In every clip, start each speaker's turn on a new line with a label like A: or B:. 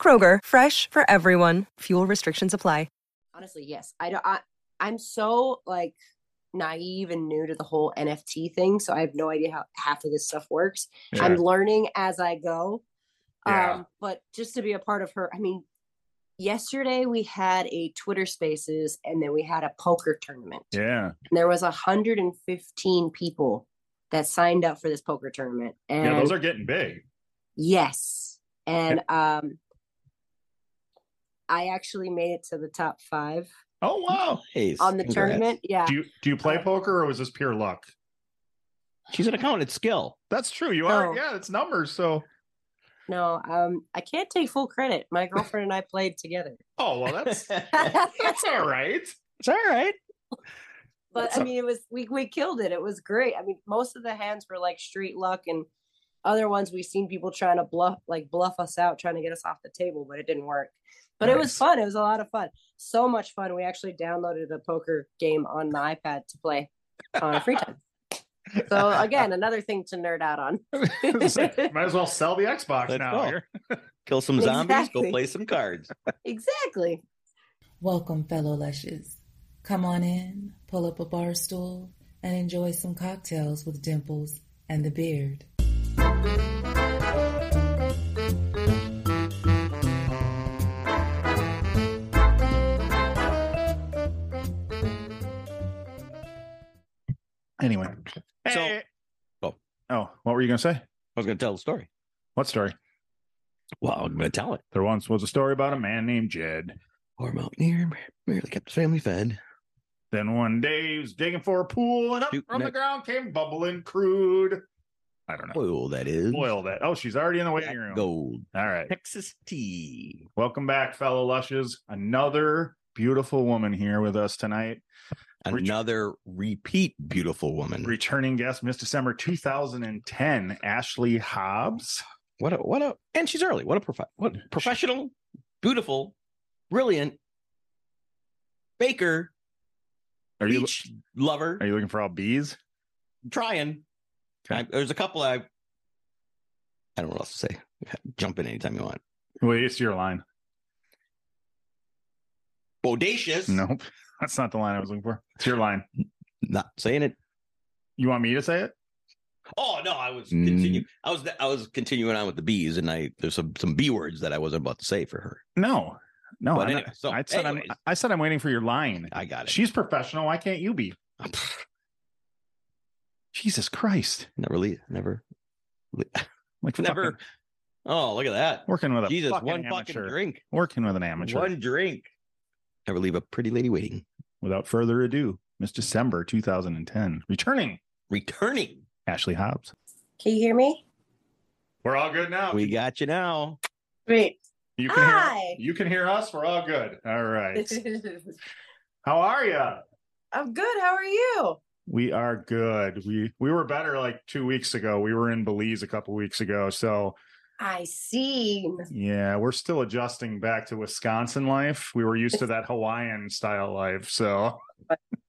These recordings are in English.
A: Kroger, fresh for everyone. Fuel restrictions apply.
B: honestly yes i don't I, i'm so like naive and new to the whole nft thing so i have no idea how half of this stuff works i'm learning as i go
C: Yeah.
B: um but just to be a part of her i mean yesterday we had a twitter spaces and then we had a poker tournament
C: yeah.
B: and there was 115 people that signed up for this poker tournament and
C: Yeah, those are getting big.
B: Yes. And um I actually made it to the top five
C: Oh wow.
D: Nice.
B: on the
D: Congrats.
B: tournament. Yeah.
C: Do you do you play poker or was this pure luck?
D: She's an accountant. Skill.
C: That's true. You are
B: No.
C: yeah, it's numbers. So
B: No, um I can't take full credit. My girlfriend and I played together.
C: oh well that's
D: it's
C: that's all right.
D: all right.
B: But I
D: So-
B: mean it was we we killed it. It was great. I mean, most of the hands were like street luck and other ones we've seen people trying to bluff like bluff us out, trying to get us off the table, but it didn't work. But it was
C: Nice.
B: fun. It was a lot of fun. So much fun. We actually downloaded the poker game on the iPad to play on our free time. So again, another thing to nerd out on.
C: It's like, might as well sell the Xbox
D: Let's
C: now.
D: go.
C: here.
D: Kill some zombies.
B: Exactly.
D: Go play some cards.
B: Exactly.
E: Welcome, fellow Lushes. Come on in, pull up a bar stool, and enjoy some cocktails with Dimples and the Beard.
C: Anyway.
D: So-
C: Hey.
D: Oh.
C: oh, what were you gonna say?
D: I was going to tell the story.
C: What story?
D: Well, I'm going to tell it.
C: There once was a story about a man named Jed.
D: Or mountaineer merely kept his family fed.
C: Then one day he was digging for a pool, and up
D: Shoot,
C: from the
D: next.
C: ground came bubbling crude. I don't know.
D: Oil that is.
C: Boil that. Oh, she's already in the waiting room.
D: Gold.
C: All right.
D: Texas tea.
C: Welcome back, fellow Lushes. Another beautiful woman here with us tonight. Ret-
D: Another repeat beautiful woman.
C: Returning guest, Miss December 2010, Ashley Hobbs.
D: What a what a and she's early. What a prof- what professional, beautiful, brilliant baker,
C: Are you
D: beach lover.
C: are you looking for all bees?
D: trying.
C: Okay.
D: I, there's a couple I I don't know what else to say. Jump in anytime you want.
C: Wait, it's your line.
D: Bodacious.
C: Nope. That's not the line I was looking for. It's your line.
D: Not saying it.
C: You want me to say it?
D: Oh no, I was
C: Mm.
D: continue. I was I was continuing on with the bees, and I there's some some b words that I wasn't about to say for her.
C: No. No.
D: But
C: I'm not-
D: anyway, so
C: I said I'm
D: anyways,
C: I said I'm waiting for your line.
D: I got it.
C: She's professional. Why can't you be? Jesus Christ.
D: Never leave. Never. le-
C: Like
D: Never.
C: fucking-
D: Oh, look at that.
C: working with a
D: Jesus,
C: fucking
D: one
C: amateur.
D: fucking drink.
C: Working with an amateur.
D: One drink. Never leave a pretty lady waiting.
C: Without further ado, Miss December 2010, returning
D: Returning.
C: Ashley Hobbs.
B: Can you hear me?
C: We're all good now.
D: We got you now.
B: Great.
C: you can
B: Hi.
C: hear you can hear us. We're all good. All right. How are you?
B: I'm good. How are you?
C: We are good. We we were better like two weeks ago. We were in Belize a couple weeks ago, so
B: I seen.
C: yeah, we're still adjusting back to Wisconsin life. We were used to that Hawaiian style life, so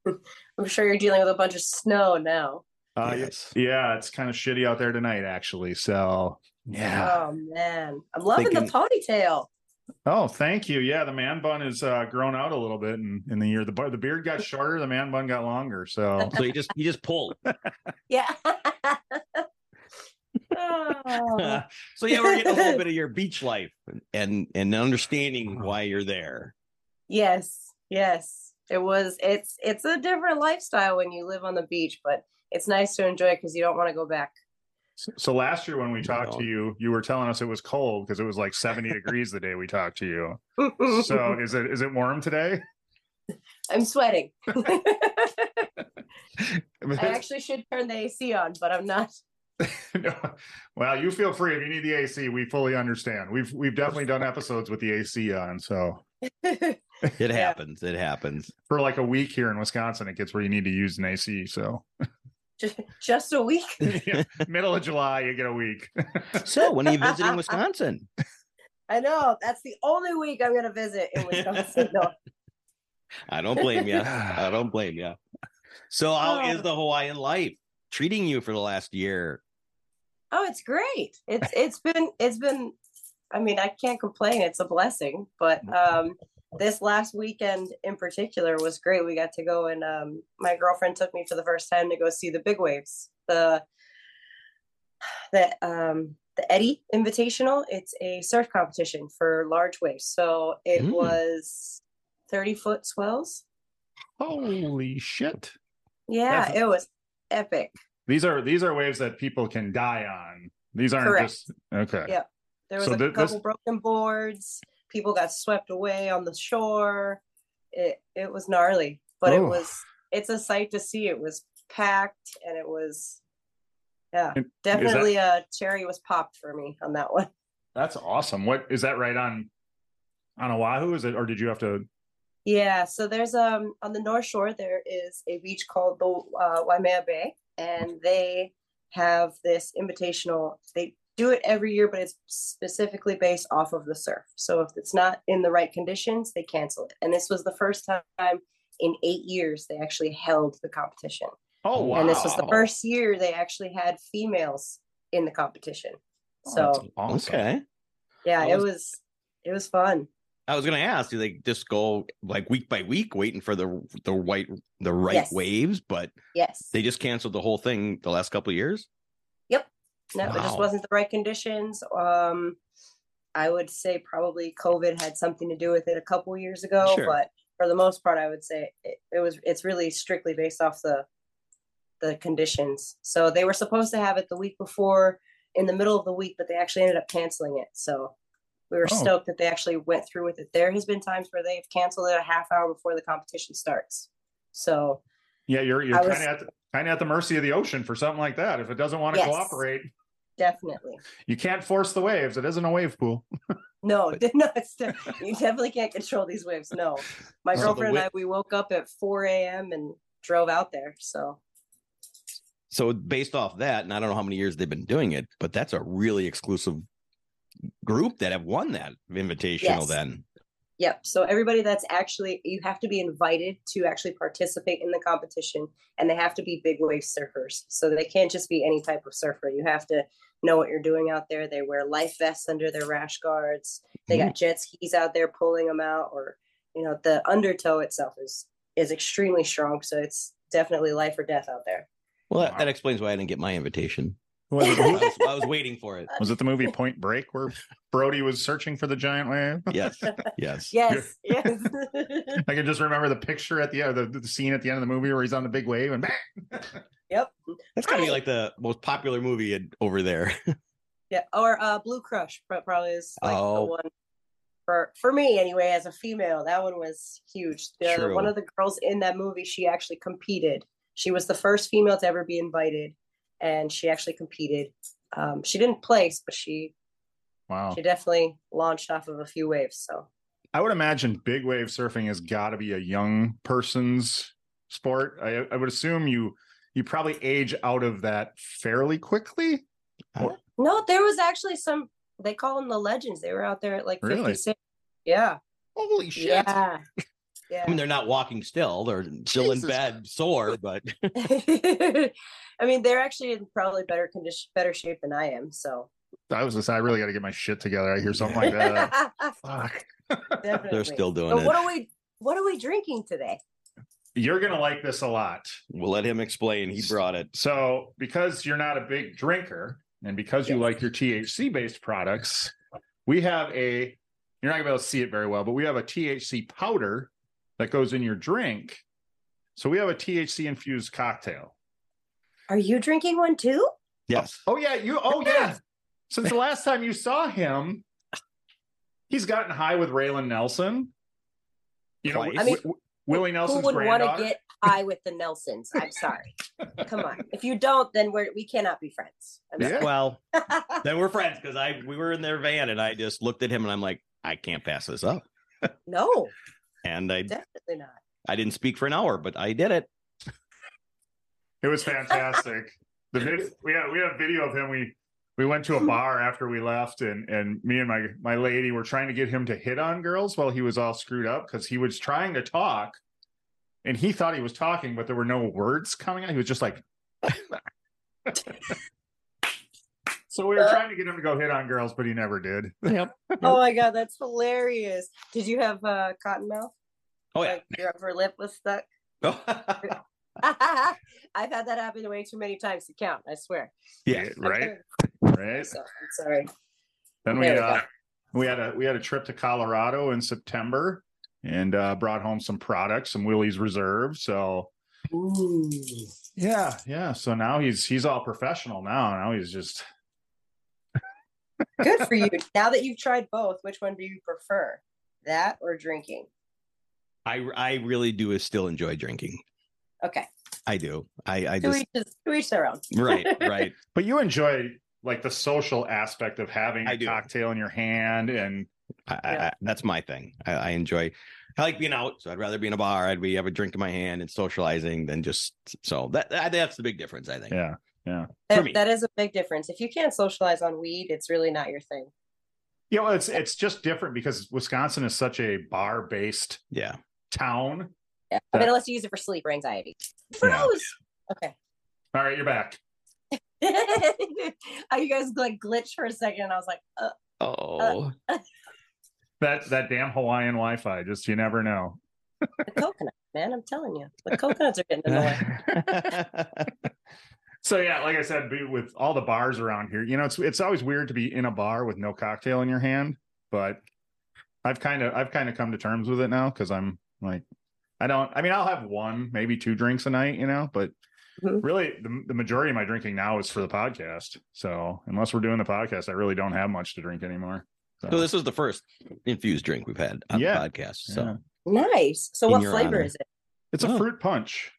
B: I'm sure you're dealing with a bunch of snow now.
C: uh,
D: Ah, yes.
C: yeah, it's kind of shitty out there tonight, actually. So yeah,
B: Oh man. I'm loving the
D: Thinking-
B: ponytail.
C: Oh, thank you. Yeah, the man bun is uh, grown out a little bit in, in the year. The bar, the beard got shorter, the man bun got longer. So
D: So you just you just pulled.
B: Yeah. oh.
D: so yeah, we're getting a little bit of your beach life and and understanding why you're there.
B: Yes. Yes. It was it's it's a different lifestyle when you live on the beach, but it's nice to enjoy because you don't want to go back.
C: so last year when we talked to
D: No.
C: you, you were telling us it was cold because it was like 70 degrees the day we talked to you. So is it is it warm today?
B: I'm sweating. I
C: It's-
B: actually should turn the AC on, but I'm not.
C: no, well, you feel free if you need the AC. We fully understand. We've we've definitely done episodes with the AC on. So
D: It happens. It happens.
C: for like a week here in Wisconsin, it gets where you need to use an AC. So
B: just just a week.
C: Yeah, middle of July, you get a week.
D: So when are you visiting Wisconsin?
B: I know that's the only week I'm gonna visit in Wisconsin. No,
D: I don't blame you. I don't blame you. So how is the Hawaiian life treating you for the last year?
B: oh, it's great. It's it's been it's been. I mean, I can't complain. It's a blessing. But um, this last weekend in particular was great. We got to go and um, my girlfriend took me for the first time to go see the big waves. The the um the Eddie Invitational. It's a surf competition for large waves. So it
D: Mm.
B: was thirty foot swells.
C: Holy shit!
B: Yeah,
C: That's-
B: it was epic.
C: These are these are waves that people can die on. These aren't
B: Correct.
C: just okay.
B: Yeah. There was
C: So
B: a
C: thi- this-
B: couple broken boards. People got swept away on the shore. It it was gnarly, but it
C: Oh.
B: was it's a sight to see. It was packed, and it was yeah,
C: And
B: definitely a cherry was popped for me on that one.
C: That's awesome. What is that right on on Oahu? Is it or did you have to?
B: Yeah, so there's um on the North Shore there is a beach called the uh, Waimea Bay, and they have this invitational. They do it every year, but it's specifically based off of the surf. So if it's not in the right conditions, they cancel it. And this was the first time in eight years they actually held the competition,
C: Oh wow!
B: and this was the
D: Wow.
B: first year they actually had females in the competition.
C: Oh,
B: So
C: that's awesome.
D: Okay.
B: yeah,
D: that
B: it
D: was-
B: was it was fun.
D: I was gonna ask, do they just go like week by week waiting for the the white the right
B: Yes.
D: waves, but
B: Yes.
D: they just canceled the whole thing the last couple of years?
B: No, it just
D: Wow.
B: wasn't the right conditions. Um, I would say probably COVID had something to do with it a couple years ago,
D: Sure.
B: but for the most part, I would say it, it was. It's really strictly based off the the conditions. So they were supposed to have it the week before, in the middle of the week, but they actually ended up canceling it. So we were
C: Oh.
B: stoked that they actually went through with it. There has been times where they've canceled it a half hour before the competition starts. So
C: Yeah, you're you're
B: I
C: kind
B: was-
C: of at kind of at the mercy of the ocean for something like that. If it doesn't want to
B: Yes.
C: cooperate,
B: definitely.
C: you can't force the waves. It isn't a wave pool.
B: No, no, it's de- you definitely can't control these waves. No, my
D: So the
B: girlfriend and
D: wi-
B: I we woke up at four a.m. and drove out there. So
D: So based off that, and I don't know how many years they've been doing it, but that's a really exclusive group that have won that invitational
B: Yes.
D: then.
B: yep. So everybody that's actually you have to be invited to actually participate in the competition, and they have to be big wave surfers. So they can't just be any type of surfer. You have to know what you're doing out there. They wear life vests under their rash guards. They got jet skis out there pulling them out, or you know the undertow itself is is extremely strong. So it's definitely life or death out there.
D: Well, that,
C: Wow.
D: that explains why I didn't get my invitation.
C: Was
D: I
C: it,
D: was, I was waiting for it.
C: was it the movie Point Break where Brody was searching for the giant wave?
D: Yes. Yes.
B: Yes, yes.
C: I can just remember the picture at the end, the, the scene at the end of the movie where he's on the big wave and
B: yep.
D: That's gotta be like the most popular movie in- over there.
B: Yeah. Or uh, Blue Crush pro- probably is like
D: Oh.
B: the one for for me anyway. As a female, that one was huge. The,
D: True.
B: One of the girls in that movie, she actually competed. She was the first female to ever be invited, and she actually competed. Um, she didn't place, but she
D: Oh.
C: wow.
B: she definitely launched off of a few waves. So
C: I would imagine big wave surfing has got to be a young person's sport. I, I would assume you you probably age out of that fairly quickly.
B: no, there was actually some. They call them the legends. They were out there at like
C: Really?
B: fifty six. Yeah.
C: Holy shit!
B: Yeah. Yeah.
D: I mean, they're not walking still; they're still in
C: Jesus
D: bed, sore. But
B: I mean, they're actually in probably better condition, better shape than I am. So
C: I was just I really got to get my shit together. I hear something like that. Fuck.
B: Definitely.
D: Oh they're still doing
B: But
D: it.
B: what are we? What are we drinking today?
C: You're gonna like this a lot.
D: We'll let him explain. He brought
C: Oh,
D: it.
C: So, because you're not a big drinker and because you
B: Yes.
C: like your THC based products, we have a, you're not going to be able to see it very well, but we have a THC powder that goes in your drink. So, we have a THC infused cocktail.
B: Are you drinking one too?
D: Yes.
C: Oh, yeah. You, oh, yeah. Since the last time you saw him, he's gotten high with Raylan Nelson. You know,
D: Twice.
C: I
D: I mean,
C: Willie Nelson's
B: Who would want
C: granddaughter.
B: to get tie with the Nelsons. I'm sorry. Come on. If you don't, then we're we cannot be friends. I'm
C: Yeah.
D: Well,
B: sorry.
D: then we're friends because I we were in their van and I just looked at him and I'm like, I can't pass this up.
B: no,
D: And I
B: definitely not.
D: I didn't speak for an hour, but I did it.
C: It was fantastic. the vid- we have we have video of him. We we went to a bar after we left, and and me and my my lady were trying to get him to hit on girls while he was all screwed up because he was trying to talk, and he thought he was talking, but there were no words coming out. He was just like. So we were trying to get him to go hit on girls, but he never did.
D: Yep.
B: Oh my god, that's hilarious. Did you have uh cotton mouth?
D: Oh yeah.
B: Like your upper lip was stuck. I've had that happen way too many times to count, I swear.
D: yeah.
C: Right.
B: I'm
C: Right.
B: sorry. I'm sorry.
C: Then we
B: There we
C: uh,
B: go.
C: we had a we had a trip to Colorado in September and uh, brought home some products, some Willie's Reserve. So yeah, yeah. So now he's he's all professional now. Now he's just
B: Good for you. Now that you've tried both, which one do you prefer? That or drinking?
D: I I really do still enjoy drinking.
B: Okay.
D: I do. I I
B: To
D: just
B: each, his- to each their own.
D: right right.
C: but you enjoy like the social aspect of having
D: I
C: a
D: do.
C: cocktail in your hand and
D: I, I,
B: Yeah.
D: I, that's my thing. I, I enjoy. I like being out, so I'd rather be in a bar. I'd be have a drink in my hand and socializing than just so that, that that's the big difference. I think.
C: yeah.
D: For
B: That,
D: me.
B: that is a big difference. If you can't socialize on weed, it's really not your thing.
C: You know, it's it's just different because Wisconsin is such a bar based
D: Yeah.
C: town.
B: Yeah. I mean,
C: Yeah.
B: unless you use it for sleep or anxiety.
C: Yeah.
B: Froze. Okay.
C: All right, you're back.
B: I you guys like glitched for a second and I was like, uh,
D: Oh,
C: That that damn Hawaiian Wi-Fi. Just you never know.
B: the coconut, man. I'm telling you. The coconuts are getting in the way.
C: So yeah, like I said, be- with all the bars around here, you know, it's it's always weird to be in a bar with no cocktail in your hand, but I've kind of I've kind of come to terms with it now because I'm like, I don't. I mean, I'll have one, maybe two drinks a night, you know, but
B: Mhm.
C: really, the, the majority of my drinking now is for the podcast. So unless we're doing the podcast, I really don't have much to drink anymore. So,
D: so this was the first infused drink we've had on
C: Yeah.
D: the podcast. So
C: yeah.
B: Nice. So
D: In
B: what
D: your
B: flavor
D: honor.
B: is it?
C: it's a
D: Oh.
C: fruit punch.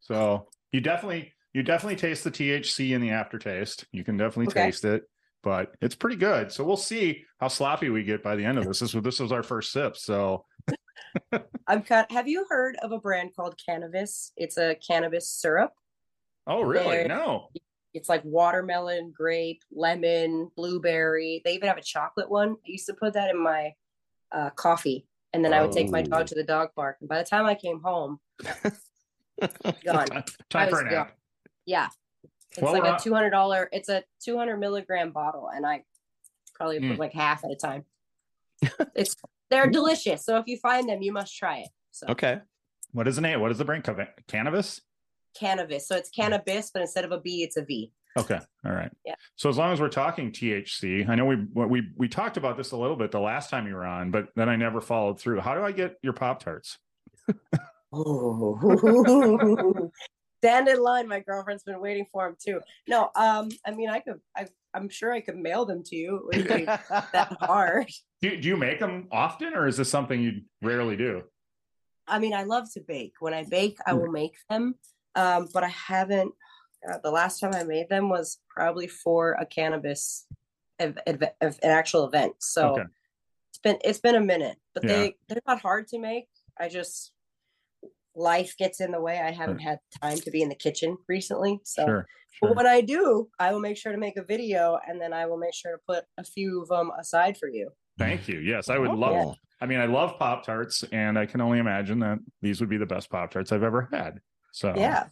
C: So you definitely you definitely taste the THC in the aftertaste. You can definitely
B: Okay.
C: taste it, but it's pretty good. So we'll see how sloppy we get by the end of this. This was this was our first sip. So
B: I'm cut. Have you heard of a brand called Cannabis? It's a cannabis syrup.
C: oh really?
B: There.
C: No.
B: It's like watermelon, grape, lemon, blueberry. They even have a chocolate one. I used to put that in my uh, coffee, and then I would take my
D: Oh.
B: dog to the dog park. And by the time I came home, gone.
C: Time,
B: I
C: for
B: was
C: a nap.
B: Yeah, it's
C: Well, uh,
B: like
C: we're
B: a
C: on-
B: two hundred dollar. It's a two hundred milligram bottle, and I probably put
C: Mm.
B: like half at a time. it's they're delicious. So if you find them, you must try it. So
D: okay.
C: What is the name? What is the brand? Ca- Cannabis?
B: cannabis. So it's
D: Mm.
B: cannabis, but instead of a B, it's a V.
C: Okay. All right.
B: Yeah.
C: So as long as we're talking THC, I know we what we we talked about this a little bit the last time you were on, but then I never followed through. How do I get your Pop Tarts?
B: Oh, stand in line. My girlfriend's been waiting for him too. No, um, I mean, I could, I, I'm sure I could mail them to you. It wouldn't be that hard.
C: Do, do you make them often or is this something you rarely do?
B: I mean, I love to bake. When
C: Mm.
B: I bake, I will make them. Um, but I haven't. God, the last time I made them was probably for a cannabis, ev- ev- ev- an actual event. So
C: Okay.
B: it's been it's been a minute. But
C: Yeah.
B: they they're not hard to make. I just life gets in the way. I haven't had time to be in the kitchen recently. So
C: Sure.
B: But
C: sure.
B: when I do, I will make sure to make a video and then I will make sure to put a few of them aside for you.
C: Thank you. Yes, I would love. I mean, I love Pop Tarts, and I can only imagine that these would be the best Pop Tarts I've ever had. So
B: Yeah.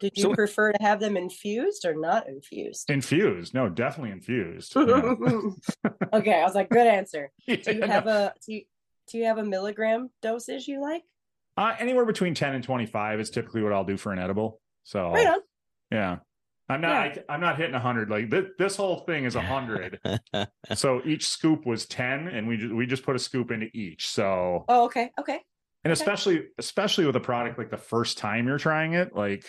B: Did you
D: So-
B: prefer to have them infused or not infused?
C: infused. No, definitely infused. Yeah.
B: okay, I was like, good answer. Do you
C: Yeah,
B: have
C: no.
B: a do you, do you have a milligram dosage you like?
C: uh, anywhere between ten and twenty-five is typically what I'll do for an edible. So
B: Right on.
C: yeah, I'm not. I, I'm not hitting hundred. Like this, this whole thing is hundred.
D: Oh.
C: so each scoop was ten, and we ju- we just put a scoop into each. So
B: Oh, okay, okay. Okay.
C: and especially especially with a product like the first time you're trying it, like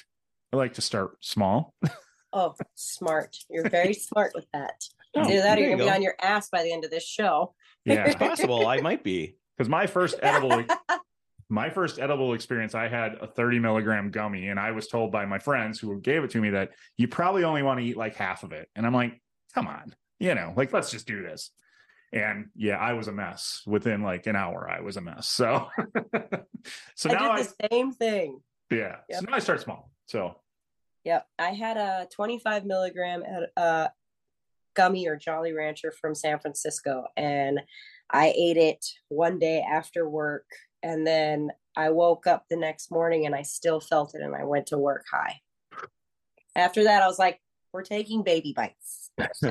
C: I like to start small.
B: Oh, smart. You're very smart with that.
D: Oh,
B: Do that, or
D: there
B: you're
D: you
B: gonna be
D: go.
B: on your ass by the end of this show.
C: Yeah.
D: Possible. I might be.
C: Because my first edible, my first edible experience, I had a 30 milligram gummy, and I was told by my friends who gave it to me that you probably only want to eat like half of it. And I'm like, come on, you know, like let's just do this. And yeah, I was a mess. Within like an hour, I was a mess. So, so now
B: I
C: I,
B: did the same thing.
C: yeah,
B: Yep.
C: so now I start small. So
B: Yep. I had a 25 milligram uh, gummy or Jolly Rancher from San Francisco, and I ate it one day after work. And then I woke up the next morning and I still felt it, and I went to work high. After that, I was like, we're taking baby bites.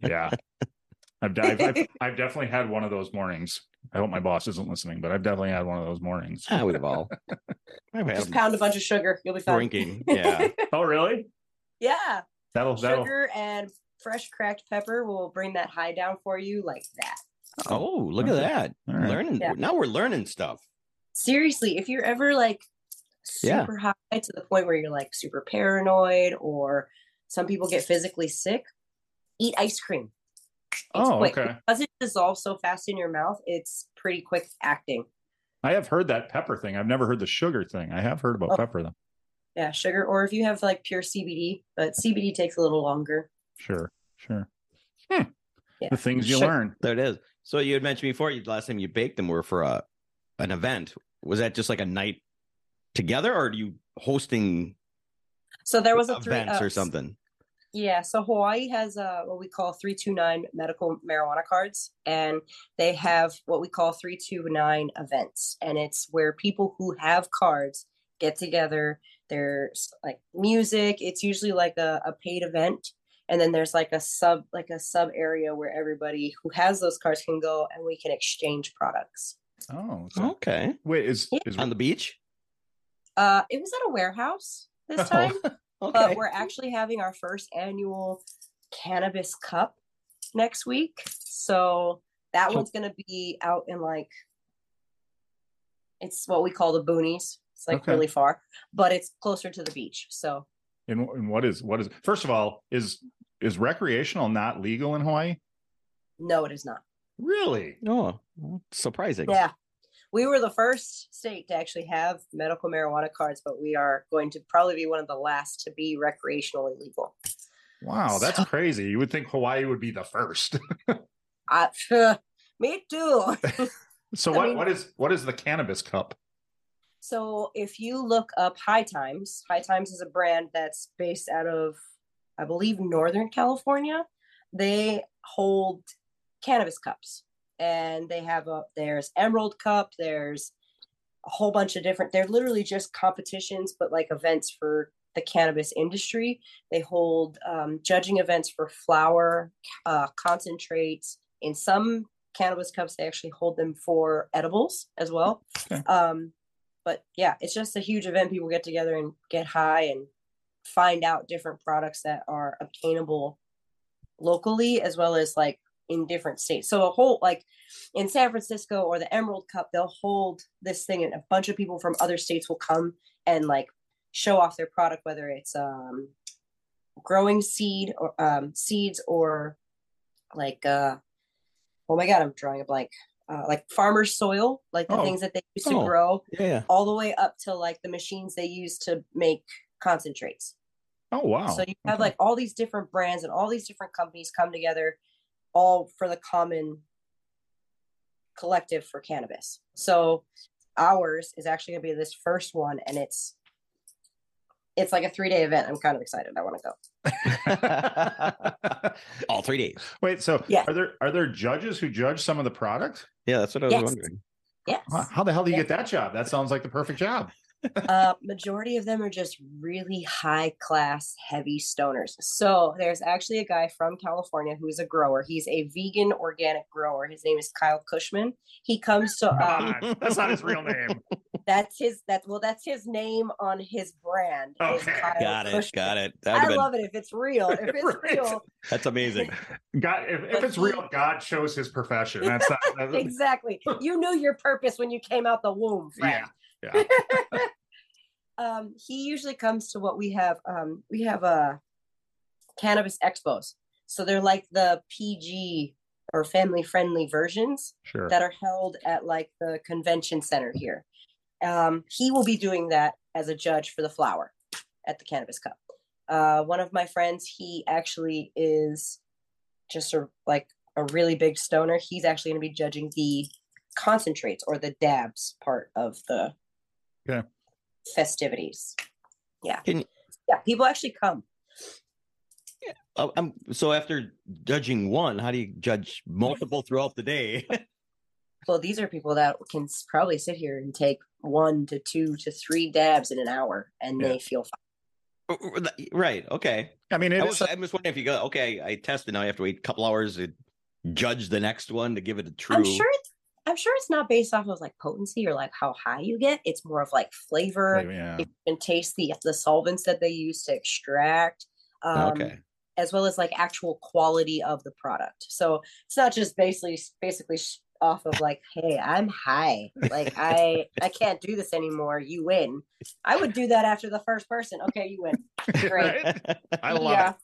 C: yeah, I've, di- I've, I've I've definitely had one of those mornings. I hope my boss isn't listening, but I've definitely had one of those mornings.
D: I would have all. I've had
B: Just
D: 'em
B: pound a bunch of sugar. You'll be fine.
D: drinking. Yeah.
C: Oh, really?
B: yeah.
C: That'll that'll
B: Sugar and fresh cracked pepper will bring that high down for you like that.
D: Oh, look at
C: Okay.
D: that.
C: All right.
D: Learning.
B: Yeah.
D: Now we're learning stuff.
B: seriously, if you're ever like
D: Yeah.
B: super high to the point where you're like super paranoid or some people get physically sick, eat ice cream. It's
C: Oh,
B: quick.
C: okay.
B: Because it dissolves so fast in your mouth, it's pretty quick acting.
C: I have heard that pepper thing. I've never heard the sugar thing. I have heard about
B: Oh.
C: pepper though.
B: Yeah, sugar. Or if you have like pure CBD, but CBD takes a little longer.
C: Sure, sure. Hmm.
B: Yeah.
C: The things you
D: Sure.
C: learn.
D: There it is. So you had mentioned before, you, the last time you baked them were for a an event. Was that just like a night together, or are you hosting
B: So there was a three,
D: events
B: uh,
D: or something?
B: Yeah, so Hawaii has uh, what we call 329 medical marijuana cards, and they have what we call 329 events. And it's where people who have cards get together. There's like music, it's usually like a, a paid event. And then there's like a sub like a sub area where everybody who has those cards can go and we can exchange products.
C: Oh,
B: Mm-hmm.
C: okay.
D: Okay.
C: wait, is is
D: On the beach.
B: Uh, it was at a warehouse
C: Oh.
B: this time.
D: Okay.
B: but we're actually having our first annual cannabis cup next week so that
D: So-
B: one's going to be out in like it's what we call the boonies it's like
C: Okay.
B: really far but it's closer to the beach so
C: and, and what is what is first of all is is recreational not legal in Hawaii?
B: no it is not
C: Really?
D: oh, surprising.
B: yeah we were the first state to actually have medical marijuana cards but we are going to probably be one of the last to be recreationally legal
C: Wow, that's
B: So-
C: crazy. You would think Hawaii would be the first.
B: I, me too
C: So
B: I
C: what
B: mean-
C: what is what is the cannabis cup?
B: So if you look up High Times, High Times is a brand that's based out of, I believe, Northern California. They hold cannabis cups, and they have a there's Emerald Cup, there's a whole bunch of different. They're literally just competitions, but like events for the cannabis industry. They hold um, judging events for flower uh, concentrates. In some cannabis cups, they actually hold them for edibles as well.
C: Okay.
B: Um, but yeah, it's just a huge event. People get together and get high and find out different products that are obtainable locally as well as like in different states. So a whole like in San Francisco or the Emerald Cup, they'll hold this thing and a bunch of people from other states will come and like show off their product, whether it's um growing seed or um seeds or like uh oh my god, I'm drawing a blank. Uh, like farmer soil, like the
C: Oh.
B: things that they used to
D: Oh.
B: grow
D: Yeah.
B: all the way up to like the machines they use to make concentrates.
C: Oh wow.
B: so you have
C: Okay.
B: like all these different brands and all these different companies come together all for the common collective for cannabis. So ours is actually going to be this first one and it's it's like a 3-day event. I'm kind of excited. I want to go.
D: All three days.
C: Wait, so
B: Yeah.
C: are there are there judges who judge some of the product?
D: Yeah, that's what I was
B: Yes.
D: wondering.
B: Yes.
C: How- How the hell do you
B: Yeah.
C: get that job? That sounds like the perfect job.
B: uh, majority of them are just really high class, heavy stoners. So there's actually a guy from California who's a grower. He's a vegan organic grower. His name is Kyle Cushman. He comes to um,
C: Come on, Ah, that's not his real name.
B: that's his that's well that's his name on his brand. is
C: Okay.
B: Kyle
D: Got it.
B: Cushman.
D: Got it. That would
B: I
D: have been.
B: love it if it's real. If it's
C: Right.
B: real,
D: That's amazing.
C: God, if, if
B: But
C: it's
B: he-
C: real, God chose his profession. That's not. that-
B: exactly. You knew your purpose when you came out the womb, friend.
C: Yeah, yeah.
B: um, he usually comes to what we have. Um, we have uh, cannabis expos, so they're like the PG or family friendly versions
C: sure.
B: that are held at like the convention center here. Um, he will be doing that as a judge for the flower at the Cannabis Cup. Uh, one of my friends, he actually is just a, like a really big stoner. He's actually going to be judging the concentrates or the dabs part of the
C: Yeah.
B: festivities. Yeah.
D: Can-
B: yeah, people actually come.
D: Oh, I'm, so after judging one, how do you judge multiple throughout the day?
C: Oh,
B: Well, these are people that can s- probably sit here and take one to two to three dabs in an hour and
C: Yeah.
B: they feel fine.
D: right. Okay.
C: I mean, oh, it
D: I
C: is.
D: was, I'm just wondering if you go, okay, I tested. Now I have to wait a couple hours to judge the next one to give it a true.
B: I'm sure it's I'm sure it's not based off of like potency or like how high you get. It's more of like flavor
C: yeah.
B: if you can taste the the solvents that they use to extract. Um,
D: okay.
B: as well as like actual quality of the product. So it's not just basically basically sh- off of like, hey, I'm high, like I I can't do this anymore. You win. I would do that after the first person. Okay, you win. Great.
C: I love
B: Yeah.
C: it.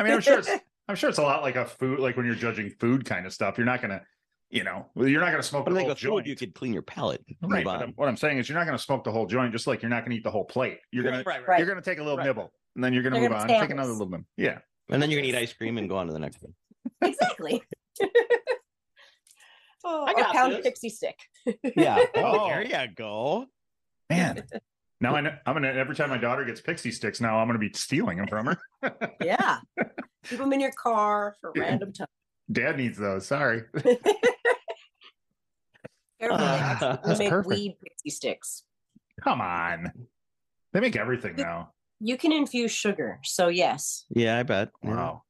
C: I mean, I'm sure it's I'm sure it's a lot like a food, like when you're judging food kind of stuff. You're not gonna, you know, you're not gonna smoke
D: But
C: the
D: like
C: whole
D: with food,
C: joint.
D: you could clean your palate. Move
C: right. but
D: on.
C: I'm- what I'm saying is, you're not gonna smoke the whole joint, just like you're not gonna eat the whole plate. You're gonna
D: right, right.
B: Right.
C: you're gonna take a little
D: Right.
C: nibble, and then you're gonna
B: They're
C: move
B: gonna
C: on, take
B: sample.
C: another little nibble. Yeah.
D: And then you're gonna eat ice cream and go on to the next one.
B: Exactly. oh,
D: I
B: or
D: got
B: pound
D: this.
B: pixie stick.
D: Yeah.
C: Oh.
D: there you go.
C: Man, now I know, I'm gonna. Every time my daughter gets pixie sticks, now I'm gonna be stealing them from her.
B: Yeah. Keep them in your car for random time.
C: Dad needs those. Sorry.
B: Careful, they actually
D: That's
B: Oh, make
C: Ah, perfect.
B: weed pixie sticks.
C: Come on. They make everything now.
B: You can infuse sugar. So yes.
D: Yeah, I bet. Yeah.
C: Wow.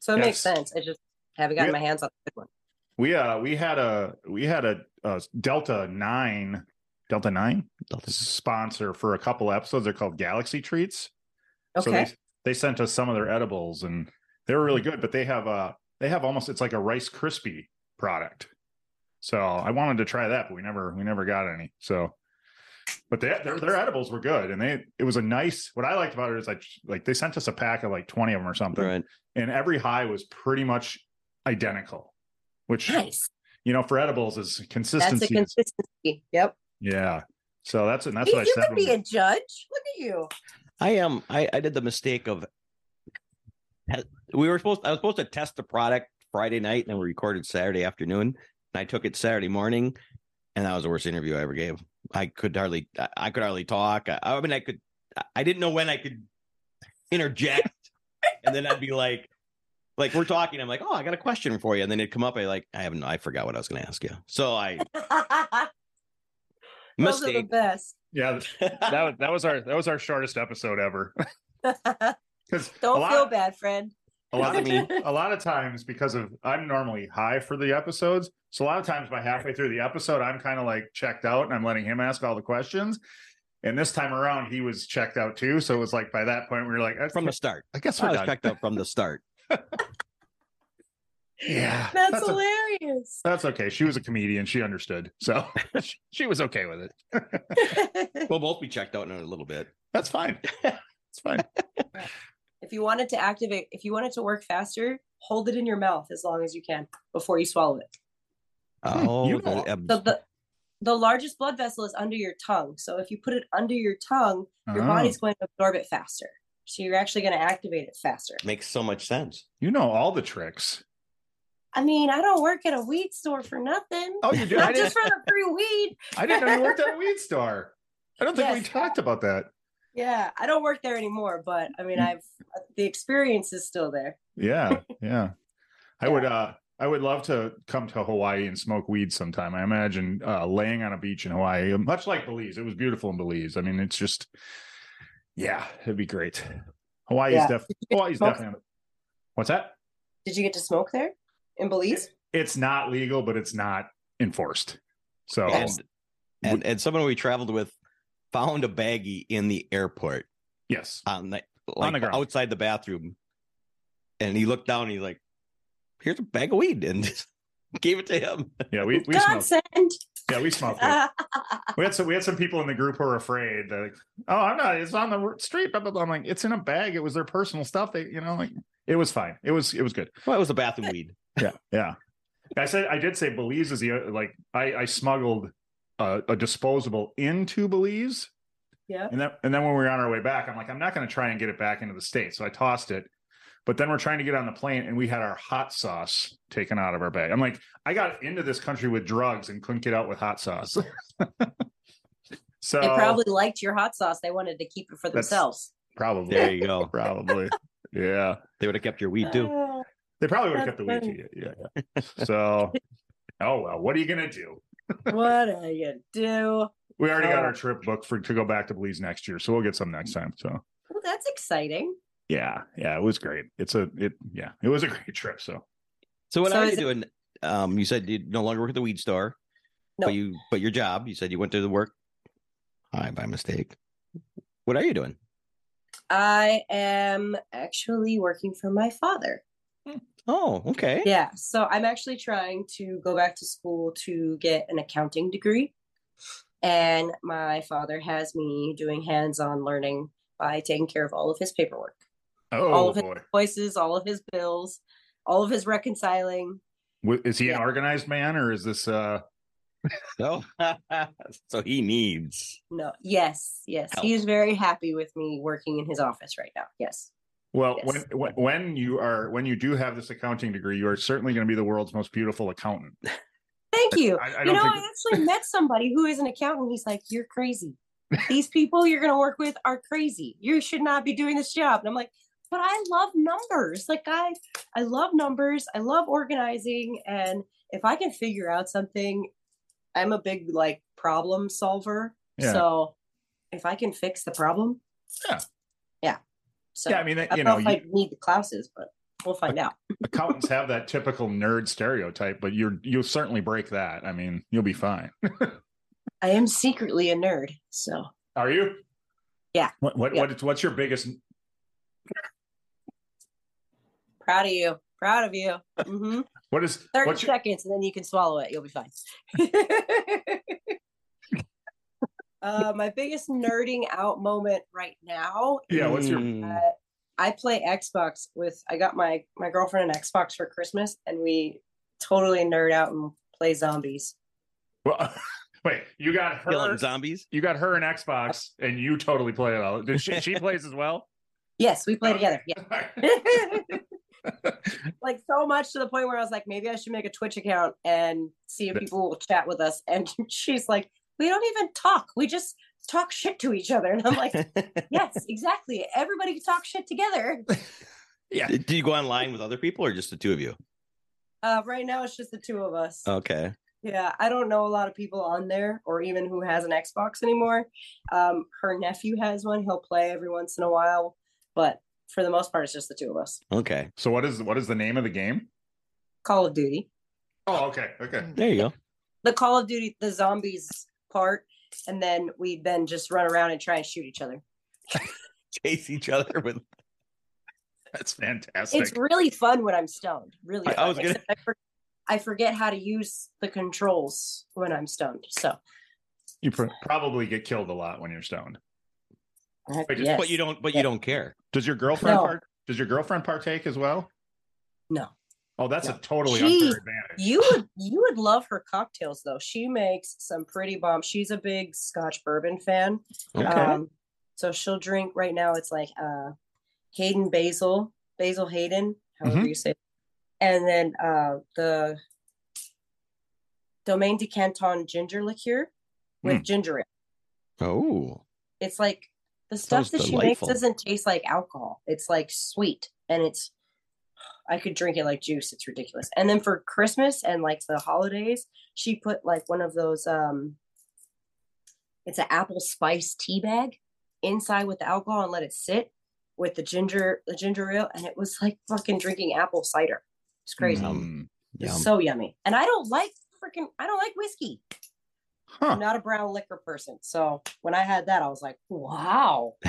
B: So it makes
C: Yes.
B: sense. I just haven't gotten
C: Yeah.
B: my hands on a good one.
C: We uh we had a we had a, a Delta Nine Delta Nine
D: Nothing.
C: sponsor for a couple episodes. They're called Galaxy Treats. So
B: Okay.
C: they they sent us some of their edibles and they were really good. But they have uh they have almost it's like a Rice Krispie product. So I wanted to try that, but we never we never got any. So, but they, their their edibles were good, and they it was a nice. What I liked about it is like like they sent us a pack of like twenty of them or something,
D: Right.
C: and every high was pretty much identical, which
B: nice.
C: you know for edibles is
B: That's a
C: consistency. is-
B: consistency. Yep.
C: yeah. So that's and that's
B: you
C: what I
B: you
C: said.
B: could
C: when
B: be
C: we-
B: a judge. Look at you.
D: I am. I, I did the mistake of. We were supposed. I was supposed to test the product Friday night, and we recorded Saturday afternoon. And I took it Saturday morning, and that was the worst interview I ever gave. I could hardly. I- I could hardly talk. I, I mean, I could. I- I didn't know when I could interject, and then I'd be like, like we're talking. I'm like, oh, I got a question for you, and then it'd come up. I like, I haven't. I forgot what I was going to ask you. So I
B: Those are the
D: mistake.
B: best.
C: yeah. That was that was our that was our shortest episode ever. Because
B: Don't feel bad, friend.
C: a lot of
D: Not
C: a lot of times because of I'm normally high for the episodes. So a lot of times by halfway through the episode, I'm kind of like checked out and I'm letting him ask all the questions. And this time around, he was checked out too. So it was like by that point, we were like, I,
D: From the start,
C: I guess
D: I
C: we're
D: was
C: done.
D: checked out from the start.
C: Yeah,
B: That's,
C: that's, o-
B: hilarious.
C: that's okay. She was a comedian. She understood. So she- she was okay with it.
D: We'll both be checked out in a little bit.
C: That's fine. It's fine.
B: if you wanted to activate, if you wanted to work faster, hold it in your mouth as long as you can before you swallow it.
D: Oh,
C: you
D: the
C: know-
D: abs-
B: Hmm, The, the, the largest blood vessel is under your tongue. So if you put it under your tongue, your
C: Oh,
B: body's going to absorb it faster. So you're actually going to activate it faster.
D: makes so much sense.
C: Oh, you know all the tricks.
B: I mean, I don't work at a weed store for nothing.
C: Oh, you do. I
B: Not
C: didn't,
B: just for the free weed.
C: I didn't know you worked at a weed store. I don't think we
B: Yes.
C: talked about that.
B: Yeah, I don't work there anymore, but I mean, I've the experience is still there.
C: Yeah, yeah. I would uh I would love to come to Hawaii and smoke weed sometime. I imagine uh laying on a beach in Hawaii, much like Belize. It was beautiful in Belize. I mean, it's just yeah, it'd be great. Hawaii
B: Yeah.
C: is def- Hawaii's
B: smoke-
C: definitely What's that?
B: Did you get to smoke there in Belize?
C: It's not legal, but it's not enforced.
B: Oh.
C: So
D: And, and and someone we traveled with found a baggie in the airport
C: yes.
D: on the,
C: On
D: like,
C: the ground.
D: outside the bathroom, and he looked down. and He's like, "Here's a bag of weed," and just gave it to him.
C: Yeah, we, we smoked.
B: Godsend.
C: Yeah, we smoked it.
B: Ah.
C: we had some we had some people in the group who were afraid that like, oh I'm not it's on the r- street blah, blah, blah. I'm like it's in a bag it was their personal stuff they you know like it was fine it was it was good
D: Well, it was a bathroom weed.
C: yeah yeah I said I did say Belize is the uh, like I I smuggled a, a disposable into Belize.
B: Yeah.
C: And then and then when we were on our way back, I'm like, I'm not going to try and get it back into the States. So I tossed it. But then we're trying to get on the plane and we had our hot sauce taken out of our bag. I'm like, I got into this country with drugs and couldn't get out with hot sauce. so
B: They probably liked your hot sauce. They wanted to keep it for
C: That's-
B: themselves.
C: probably,
D: There you go.
C: probably. Yeah.
D: They would have kept your weed too.
B: Ah,
C: They probably would have
B: That's
C: kept the
B: funny.
C: weed. to you. Yeah. yeah. So, oh, well, what are you going to do?
B: what are you do?
C: We already got
B: Oh.
C: our trip booked for to go back to Belize next year, so we'll get some next time. So
B: Well, that's exciting.
C: yeah, yeah, it was great. It's a it yeah, it was a great trip. So
D: So what
B: So
D: are
B: is
D: you
B: it-
D: doing? Um, you said you no longer work at the weed store.
B: No.
D: But you but your job, you said you went to the work. Hi, by mistake. What are you doing?
B: I am actually working for my father.
D: Oh, okay.
B: Yeah. So I'm actually trying to go back to school to get an accounting degree. And my father has me doing hands on learning by taking care of all of his paperwork, All
C: oh
B: of it.
C: boy,
B: voices, all of his bills, all of his reconciling.
C: Wh- is he an
B: Yeah.
C: organized man or is this uh
D: So so he needs
B: No, yes, yes. He
D: Help.
B: is very happy with me working in his office right now. Yes.
C: well
B: Yes.
C: when when when you are when you do have this accounting degree, you are certainly going to be the world's most beautiful accountant.
B: Thank you.
C: I- I
B: you
C: don't
B: know,
C: think-
B: I actually met somebody who is an accountant. He's like, You're crazy. These people you're going to work with are crazy. You should not be doing this job. And I'm like, But I love numbers. Like, I, I love numbers. I love organizing. And if I can figure out something, I'm a big like problem solver.
C: Yeah.
B: So if I can fix the problem.
C: Yeah.
B: Yeah. So
C: yeah, I mean,
B: I
C: you
B: don't know
C: know,
B: if
C: you-
B: I need the classes, but we'll find out.
C: accountants have that typical nerd stereotype, but you're you'll certainly break that. I mean, you'll be fine.
B: I am secretly a nerd. So.
C: Are you?
B: Yeah.
C: What what,
B: Yeah.
C: what what's your biggest
B: Proud of you. Proud of you. hmm
C: what is
B: 30
C: what's your,
B: seconds and then you can swallow it. You'll be fine. uh, my biggest nerding out moment right now.
C: Yeah, what's your-
D: Mm.
B: Uh, I play Xbox with, I got my, my girlfriend an Xbox for Christmas and we totally nerd out and play zombies.
C: well, wait, you got her
D: killing zombies?
C: you got her an Xbox, and you totally play it all. Did she, she plays as well?
B: Yes, we play
C: Oh.
B: together. Yeah.
C: Yeah.
B: like so much to the point where I was like, maybe I should make a Twitch account and see if
C: That-
B: people will chat with us. And she's like, we don't even talk. We just talk shit to each other. And I'm like, yes, exactly. Everybody can talk shit together.
C: yeah.
D: Do you go online with other people or just the two of you?
B: Uh, right now, it's just the two of us.
D: Okay.
B: Yeah, I don't know a lot of people on there or even who has an Xbox anymore. Um, her nephew has one. He'll play every once in a while, but for the most part, it's just the two of us.
D: Okay.
C: So what is what is the name of the game?
B: Call of Duty.
C: Oh, okay, okay.
D: There you go.
B: the Call of Duty, the zombies part, and then we then just run around and try and shoot each other.
D: Chase each other with
C: That's fantastic.
B: It's really fun when I'm stoned. Really,
D: I- I
B: fun,
D: was gonna-
B: except I, for- I forget how to use the controls when I'm stoned. So,
C: you pr- probably get killed a lot when you're stoned.
B: I-
C: Wait, just
B: yes.
D: but you don't but you
B: Yeah.
D: don't care.
C: Does your girlfriend
B: No.
C: part, does your girlfriend partake as well?
B: No.
C: Oh, that's a
B: No.
C: totally
B: She-
C: unfair advantage.
B: You would you would love her cocktails though. She makes some pretty bomb. She's a big Scotch bourbon fan.
D: Okay.
B: Um, so she'll drink right now. It's like uh, Hayden Basil, Basil Hayden, however
C: Mhm.
B: you say, it. and then uh, the Domaine de Canton ginger liqueur with ginger ale.
D: oh.
B: It's like the stuff
D: Sounds
B: that she makes
D: delightful.
B: doesn't taste like alcohol. It's like sweet, and it's I could drink it like juice. It's ridiculous. And then for Christmas and like the holidays, she put like one of those um it's an apple spice tea bag inside with the alcohol and let it sit with the ginger the ginger ale and it was like fucking drinking apple cider. It's crazy.
C: Mm.
B: It's
D: Yum.
B: so yummy. And I don't like freaking I don't like whiskey.
C: Huh.
B: I'm not a brown liquor person. So when I had that I was like, wow.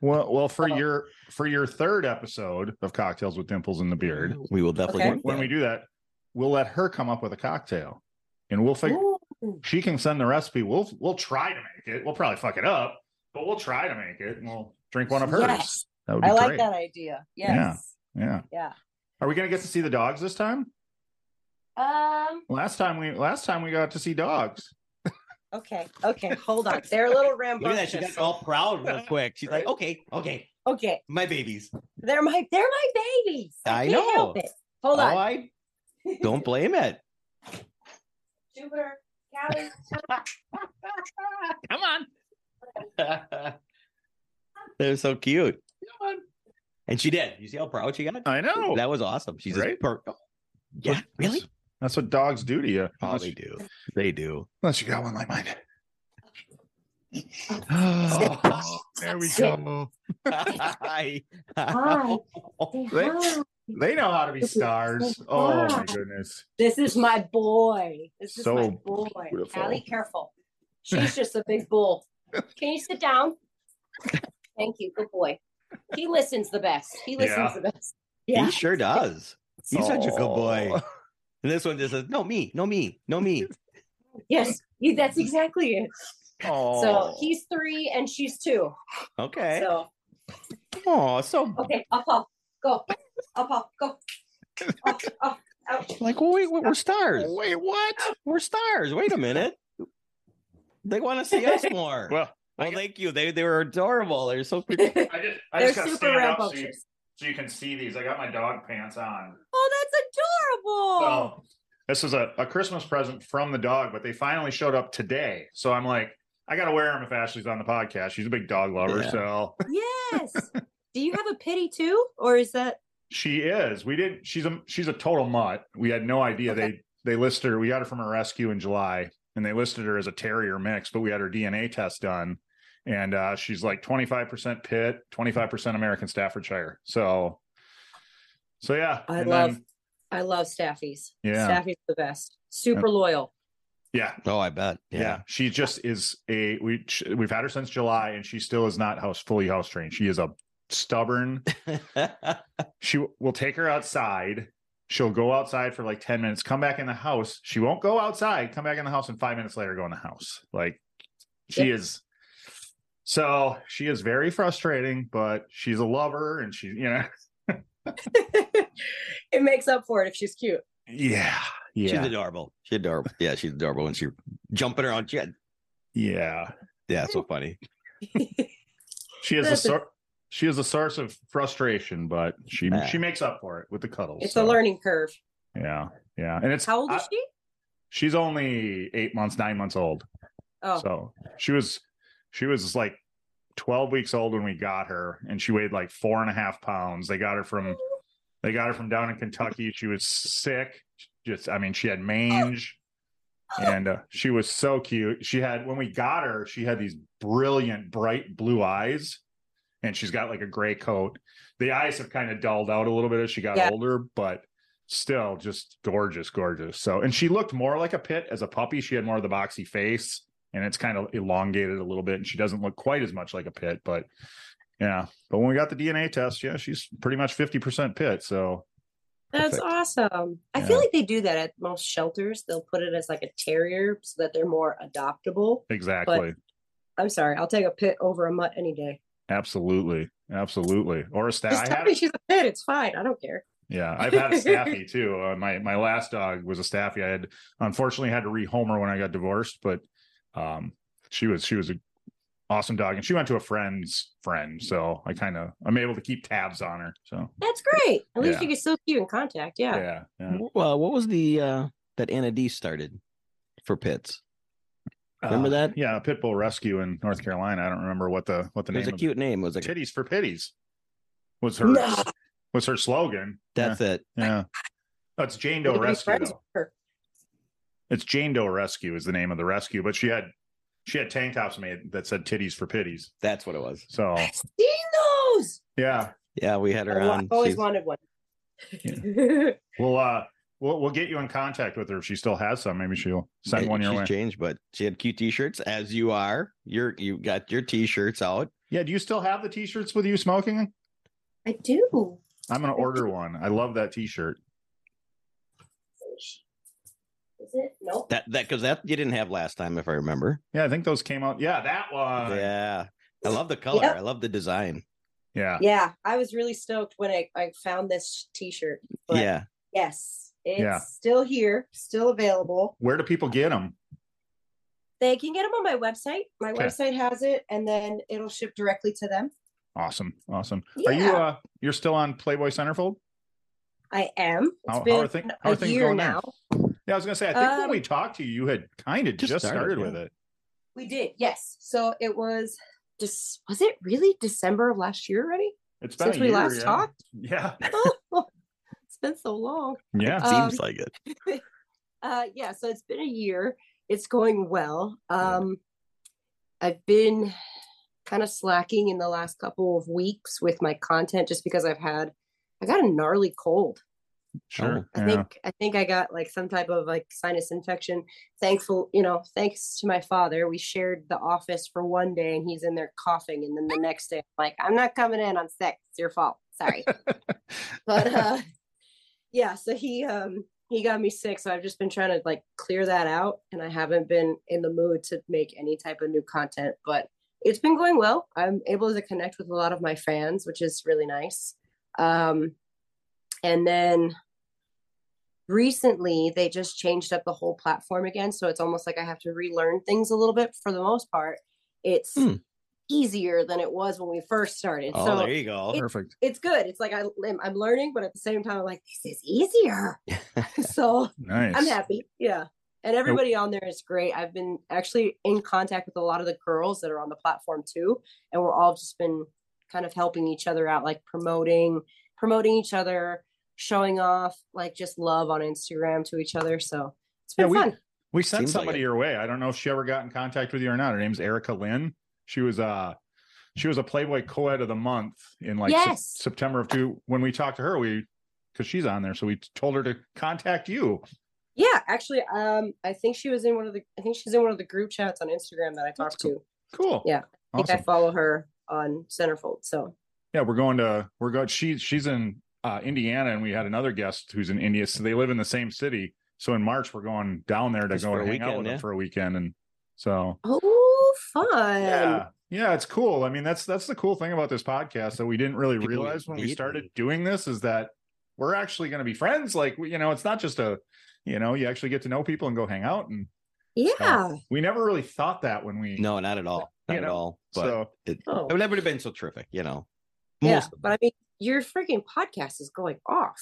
C: Well, well, for
B: Oh.
C: your for your third episode of Cocktails with Dimples in the Beard,
D: we will definitely
B: Okay.
D: do
C: when we
D: that.
C: do that, we'll let her come up with a cocktail, and we'll figure.
B: Ooh.
C: She can send the recipe. We'll we'll try to make it. We'll probably fuck it up, but we'll try to make it, and we'll drink one of hers.
B: Yes.
C: That would be
B: I like
C: great.
B: that idea.
C: Yeah.
B: Yes.
C: Yeah.
B: Yeah.
C: Are we gonna get to see the dogs this time?
B: Um
C: Last time we last time we got to see dogs.
B: Okay. Okay. Hold on. They're a little
D: Look at that. She
B: rambunctious.
D: got all proud real quick. She's like, okay, okay,
B: Okay.
D: my babies.
B: They're my they're my babies. I,
D: I
B: can't
D: know.
B: help it. Hold
D: Oh,
B: on.
D: I don't blame it.
B: Jupiter, Callie,
D: Come on. They're so cute. And she did. You see how proud she got?
C: I know.
D: That was awesome. She's right.
C: Right?
D: Yeah, really?
C: That's what dogs do to you.
D: Oh, they do. They do.
C: Unless you got one like mine. there we go.
D: Hi.
B: Hi.
C: They, they know how to be stars. Oh my goodness.
B: This is my boy. This is
C: So
B: my boy.
C: beautiful.
B: Allie, careful. She's just a big bull. Can you sit down? Thank you. Good boy. He listens the best. He listens
C: Yeah.
B: the best.
D: He sure does. He's such a good boy.
C: Oh.
D: And this one just says, no, me, no, me, no, me.
B: Yes. He, that's exactly it.
D: Oh,
B: So he's three and she's two.
D: okay.
B: So
D: oh, so
B: okay, up up. Go. Up up. Go. Oh, Up, up, out.
D: like, well, wait, wait, we're stars.
C: Wait, what?
D: We're stars. Wait a minute. They want to see us more.
C: Well,
D: Well, thank you. They they were adorable. They're so pretty.
B: They're
C: I just
B: super rambunctious.
C: so you can see these. I got my dog pants on.
B: Oh, that's adorable.
C: So this is a, a Christmas present from the dog, but they finally showed up today. So I'm like, I gotta wear them if Ashley's on the podcast. She's a big dog lover,
D: Yeah.
C: so
B: Yes. Do you have a pity too? Or is that
C: she is. We didn't. She's a she's a total mutt. We had no idea they they listed her. We got her from a rescue in July, and they listed her as a terrier mix, but we had her DNA test done, and uh, she's like 25% pit, 25% American Staffordshire. So, so yeah,
B: I
C: and
B: love
C: then-
B: I love Staffies.
C: Yeah.
B: Staffies the best. Super loyal.
C: yeah,
D: Oh, I bet.
C: Yeah. she just is a we sh- we've had her since July, and she still is not house fully house trained. She is a stubborn. She w- will take her outside. She'll go outside for like ten minutes, come back in the house. She won't go outside. Come back in the house, and five minutes later, go in the house. Like she is. So she is very frustrating, but she's a lover, and she, you know,
B: it makes up for it if she's cute.
C: yeah,
D: She's
C: yeah,
D: adorable. She's adorable. Yeah, she's adorable. When she jumping around. She had,
C: yeah.
D: yeah, so funny.
C: She is a
B: That's a-
C: sor- she is a source of frustration, but she
D: Yeah.
C: she makes up for it with the cuddles.
B: It's a
C: so.
B: learning curve.
C: Yeah, yeah, and it's
B: How old
C: I-
B: is she?
C: she's only eight months, nine months old.
B: Oh,
C: So she was she was like twelve weeks old when we got her, and she weighed like four and a half pounds. They got her from they got her from down in Kentucky. She was sick. Just I mean, she had mange. And uh, she was so cute. She had when we got her, she had these brilliant, bright blue eyes, and she's got like a gray coat. The eyes have kind of dulled out a little bit as she got
B: Yeah.
C: older, but still just gorgeous, gorgeous. So, and she looked more like a pit as a puppy. She had more of the boxy face, and it's kind of elongated a little bit, and she doesn't look quite as much like a pit. But yeah, but when we got the DNA test, yeah, she's pretty much fifty percent pit. So
B: that's
D: perfect.
B: awesome. I
C: Yeah.
B: feel like they do that at most shelters. They'll put it as like a terrier so that they're more adoptable.
C: exactly,
B: I'm sorry, I'll take a pit over a mutt any day.
C: absolutely, absolutely, or a staff.
B: Just
C: I
B: tell
C: had,
B: me she's a pit. It's fine. I don't care.
C: yeah, I've had a staffy too. Uh, my my last dog was a staffy. I had unfortunately had to rehome her when I got divorced, but um, she was she was a awesome dog, and she went to a friend's friend, so I kind of I'm able to keep tabs on her. So
B: That's great. At least
C: Yeah.
B: you can still keep in contact. Yeah.
C: yeah, yeah.
D: Well, what was the uh that Anna D started for Pitts? Remember
C: Uh,
D: that?
C: Yeah, Pitbull Rescue in North Carolina. I don't remember what the what the
D: It was
C: name
D: a
C: of
D: cute name. It was like
C: titties for pitties was her
B: No,
C: was her slogan.
D: that's it.
C: yeah, yeah. That's Jane
B: you
C: Doe
B: can be
C: Rescue.
B: friends
C: Though.
B: with her.
C: It's Jane Doe Rescue is the name of the rescue, but she had she had tank tops made that said titties for pitties.
D: That's what it was.
C: So
B: I've seen those.
C: yeah,
D: Yeah, we had her
B: I wa-
D: on.
B: I've always
D: She's-
B: wanted one.
C: we'll uh we'll we'll get you in contact with her if she still has some. Maybe she'll send
D: Yeah,
C: one your
D: eh, she's
C: way.
D: changed, but she had cute t-shirts as you are. You're you got your t-shirts out.
C: Yeah, do you still have the t-shirts with you smoking?
B: I do.
C: I'm gonna order one. I love that t-shirt.
B: Is it? Nope.
D: That that because that you didn't have last time, if I remember.
C: Yeah, I think those came out. Yeah, that one.
D: yeah. I love the color.
B: Yep.
D: I love the design.
C: Yeah.
B: Yeah, I was really stoked when I, I found this T-shirt. But
D: yeah.
B: Yes, it's
C: Yeah.
B: still here, still available.
C: Where do people get them?
B: They can get them on my website. My
C: Okay.
B: website has it, and then it'll ship directly to them.
C: Awesome, awesome. Are you
B: Yeah.
C: uh you're still on Playboy Centerfold?
B: I am. It's
C: How- how
B: been
C: are thing- how
B: a
C: are things
B: year
C: going there?
B: now.
C: Yeah, I was gonna say I think when
B: Um,
C: we talked to you, you had kind of just,
D: Just
C: started,
D: started,
C: with it.
B: We did, yes. So it was just was it really December of last year already?
C: It's been
B: Since
C: a
B: we
C: year,
B: last
C: yeah.
B: talked.
C: Yeah,
B: Oh, it's been so long.
C: yeah.
B: Uh,
D: Seems like it.
B: Uh yeah, so it's been a year. It's going well. Um I've been kind of slacking in the last couple of weeks with my content just because I've had I got a gnarly cold.
C: sure.
B: I
C: yeah.
B: think I think I got like some type of like sinus infection. Thankful, you know, thanks to my father, we shared the office for one day, and he's in there coughing, and then the next day, I'm like, I'm not coming in. I'm sick. It's your fault. Sorry, but uh, yeah. So he um he got me sick, so I've just been trying to like clear that out, and I haven't been in the mood to make any type of new content, but it's been going well. I'm able to connect with a lot of my fans, which is really nice. Um, and then recently they just changed up the whole platform again so it's almost like i have to relearn things a little bit for the most part it's
D: Hmm.
B: easier than it was when we first started
D: Oh,
B: so
D: there you go.
C: Perfect.
B: it's good it's like I, I'm- i'm learning but at the same time i'm like this is easier so
C: Nice.
B: i'm happy yeah and everybody on there is great i've been actually in contact with a lot of the girls that are on the platform too and we're all just been kind of helping each other out like promoting promoting each other showing off like just love on instagram to each other so it's
C: Yeah,
B: been
C: we-
B: fun
C: We sent
D: Seems like
C: somebody
D: it.
C: your way. I don't know if she ever got in contact with you or not. Her name's Erica Lynn. She was uh she was a Playboy co-ed of the month in like Sep-
B: Yes.
C: September of two. When we talked to her, we because she's on there, so we told her to contact you.
B: yeah actually um i think she was in one of the i think she's in one of the group chats on instagram that i
C: That's
B: talked
C: cool.
B: to
C: Cool.
B: Yeah. i think
C: Awesome.
B: i follow her on centerfold so
C: Yeah, we're going to we're going. She she's in uh, Indiana, and we had another guest who's in India, so they live in the same city. So in March, we're going down there to
D: Just
C: go
D: for
C: and
D: a
C: hang out
D: weekend,
C: with
D: yeah.
C: them for a weekend, and so
B: oh fun
C: yeah, yeah, it's cool. I mean, that's that's the cool thing about this podcast that we didn't really
D: People
C: realize when we
D: meet
C: started
D: and-
C: doing this is that we're actually going to be friends. Like we- you know, it's not just a you know, you actually get to know people and go hang out, and
B: yeah
C: we never really thought that when we
D: No, not at all. Not
C: You
D: at
C: know,
D: all. But
C: So
D: it,
B: Oh.
D: it would never have been so terrific, you know.
B: Yeah,
D: Most
B: but I mean, your freaking podcast is going off.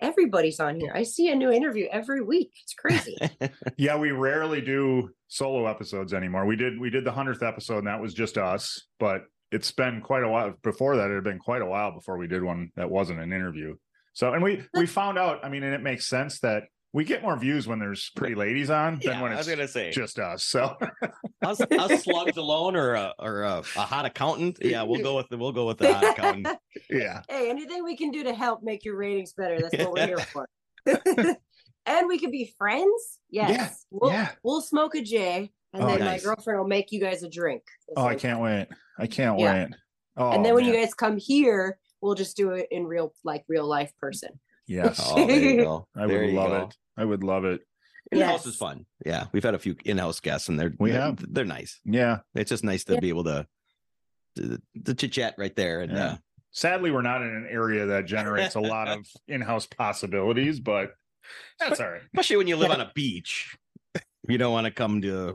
B: Everybody's on here. I see a new interview every week. It's crazy.
C: yeah, we rarely do solo episodes anymore. We did we did the hundredth episode, and that was just us. But it's been quite a while. Before that, it had been quite a while before we did one that wasn't an interview. So, and we we found out. I mean, and it makes sense that we get more views when there's pretty ladies on
D: Yeah,
C: than when
D: I was
C: it's
D: gonna say
C: just us. So,
D: us, us slugs alone or a or a, a hot accountant. Yeah, we'll go with the we'll go with the hot accountant.
C: yeah,
B: hey, anything we can do to help make your ratings better, that's what we're here for. and we can be friends. Yes. We'll,
C: yeah.
B: we'll smoke a J, and
C: Oh,
B: then
D: nice.
B: my girlfriend will make you guys a drink. It's
C: Oh, I
B: like-
C: can't wait. I can't
B: Yeah.
C: wait. Oh,
B: and then when
C: man.
B: you guys come here, we'll just do it in real, like real life person.
C: yes,
D: Oh, there you go.
C: I
D: There
C: would
D: you
C: love
D: go.
C: it. I would love it.
D: In-house is
B: Yes.
D: fun. Yeah, we've had a few in-house guests, and they're
C: We
D: they're,
C: have.
D: they're nice.
C: Yeah.
D: It's just nice to
B: Yeah.
D: be able to the, the chit chat right there, and
C: Yeah.
D: uh,
C: Sadly, we're not in an area that generates a lot of in-house possibilities, but that's all right.
D: especially when you live on a beach, you don't want to come to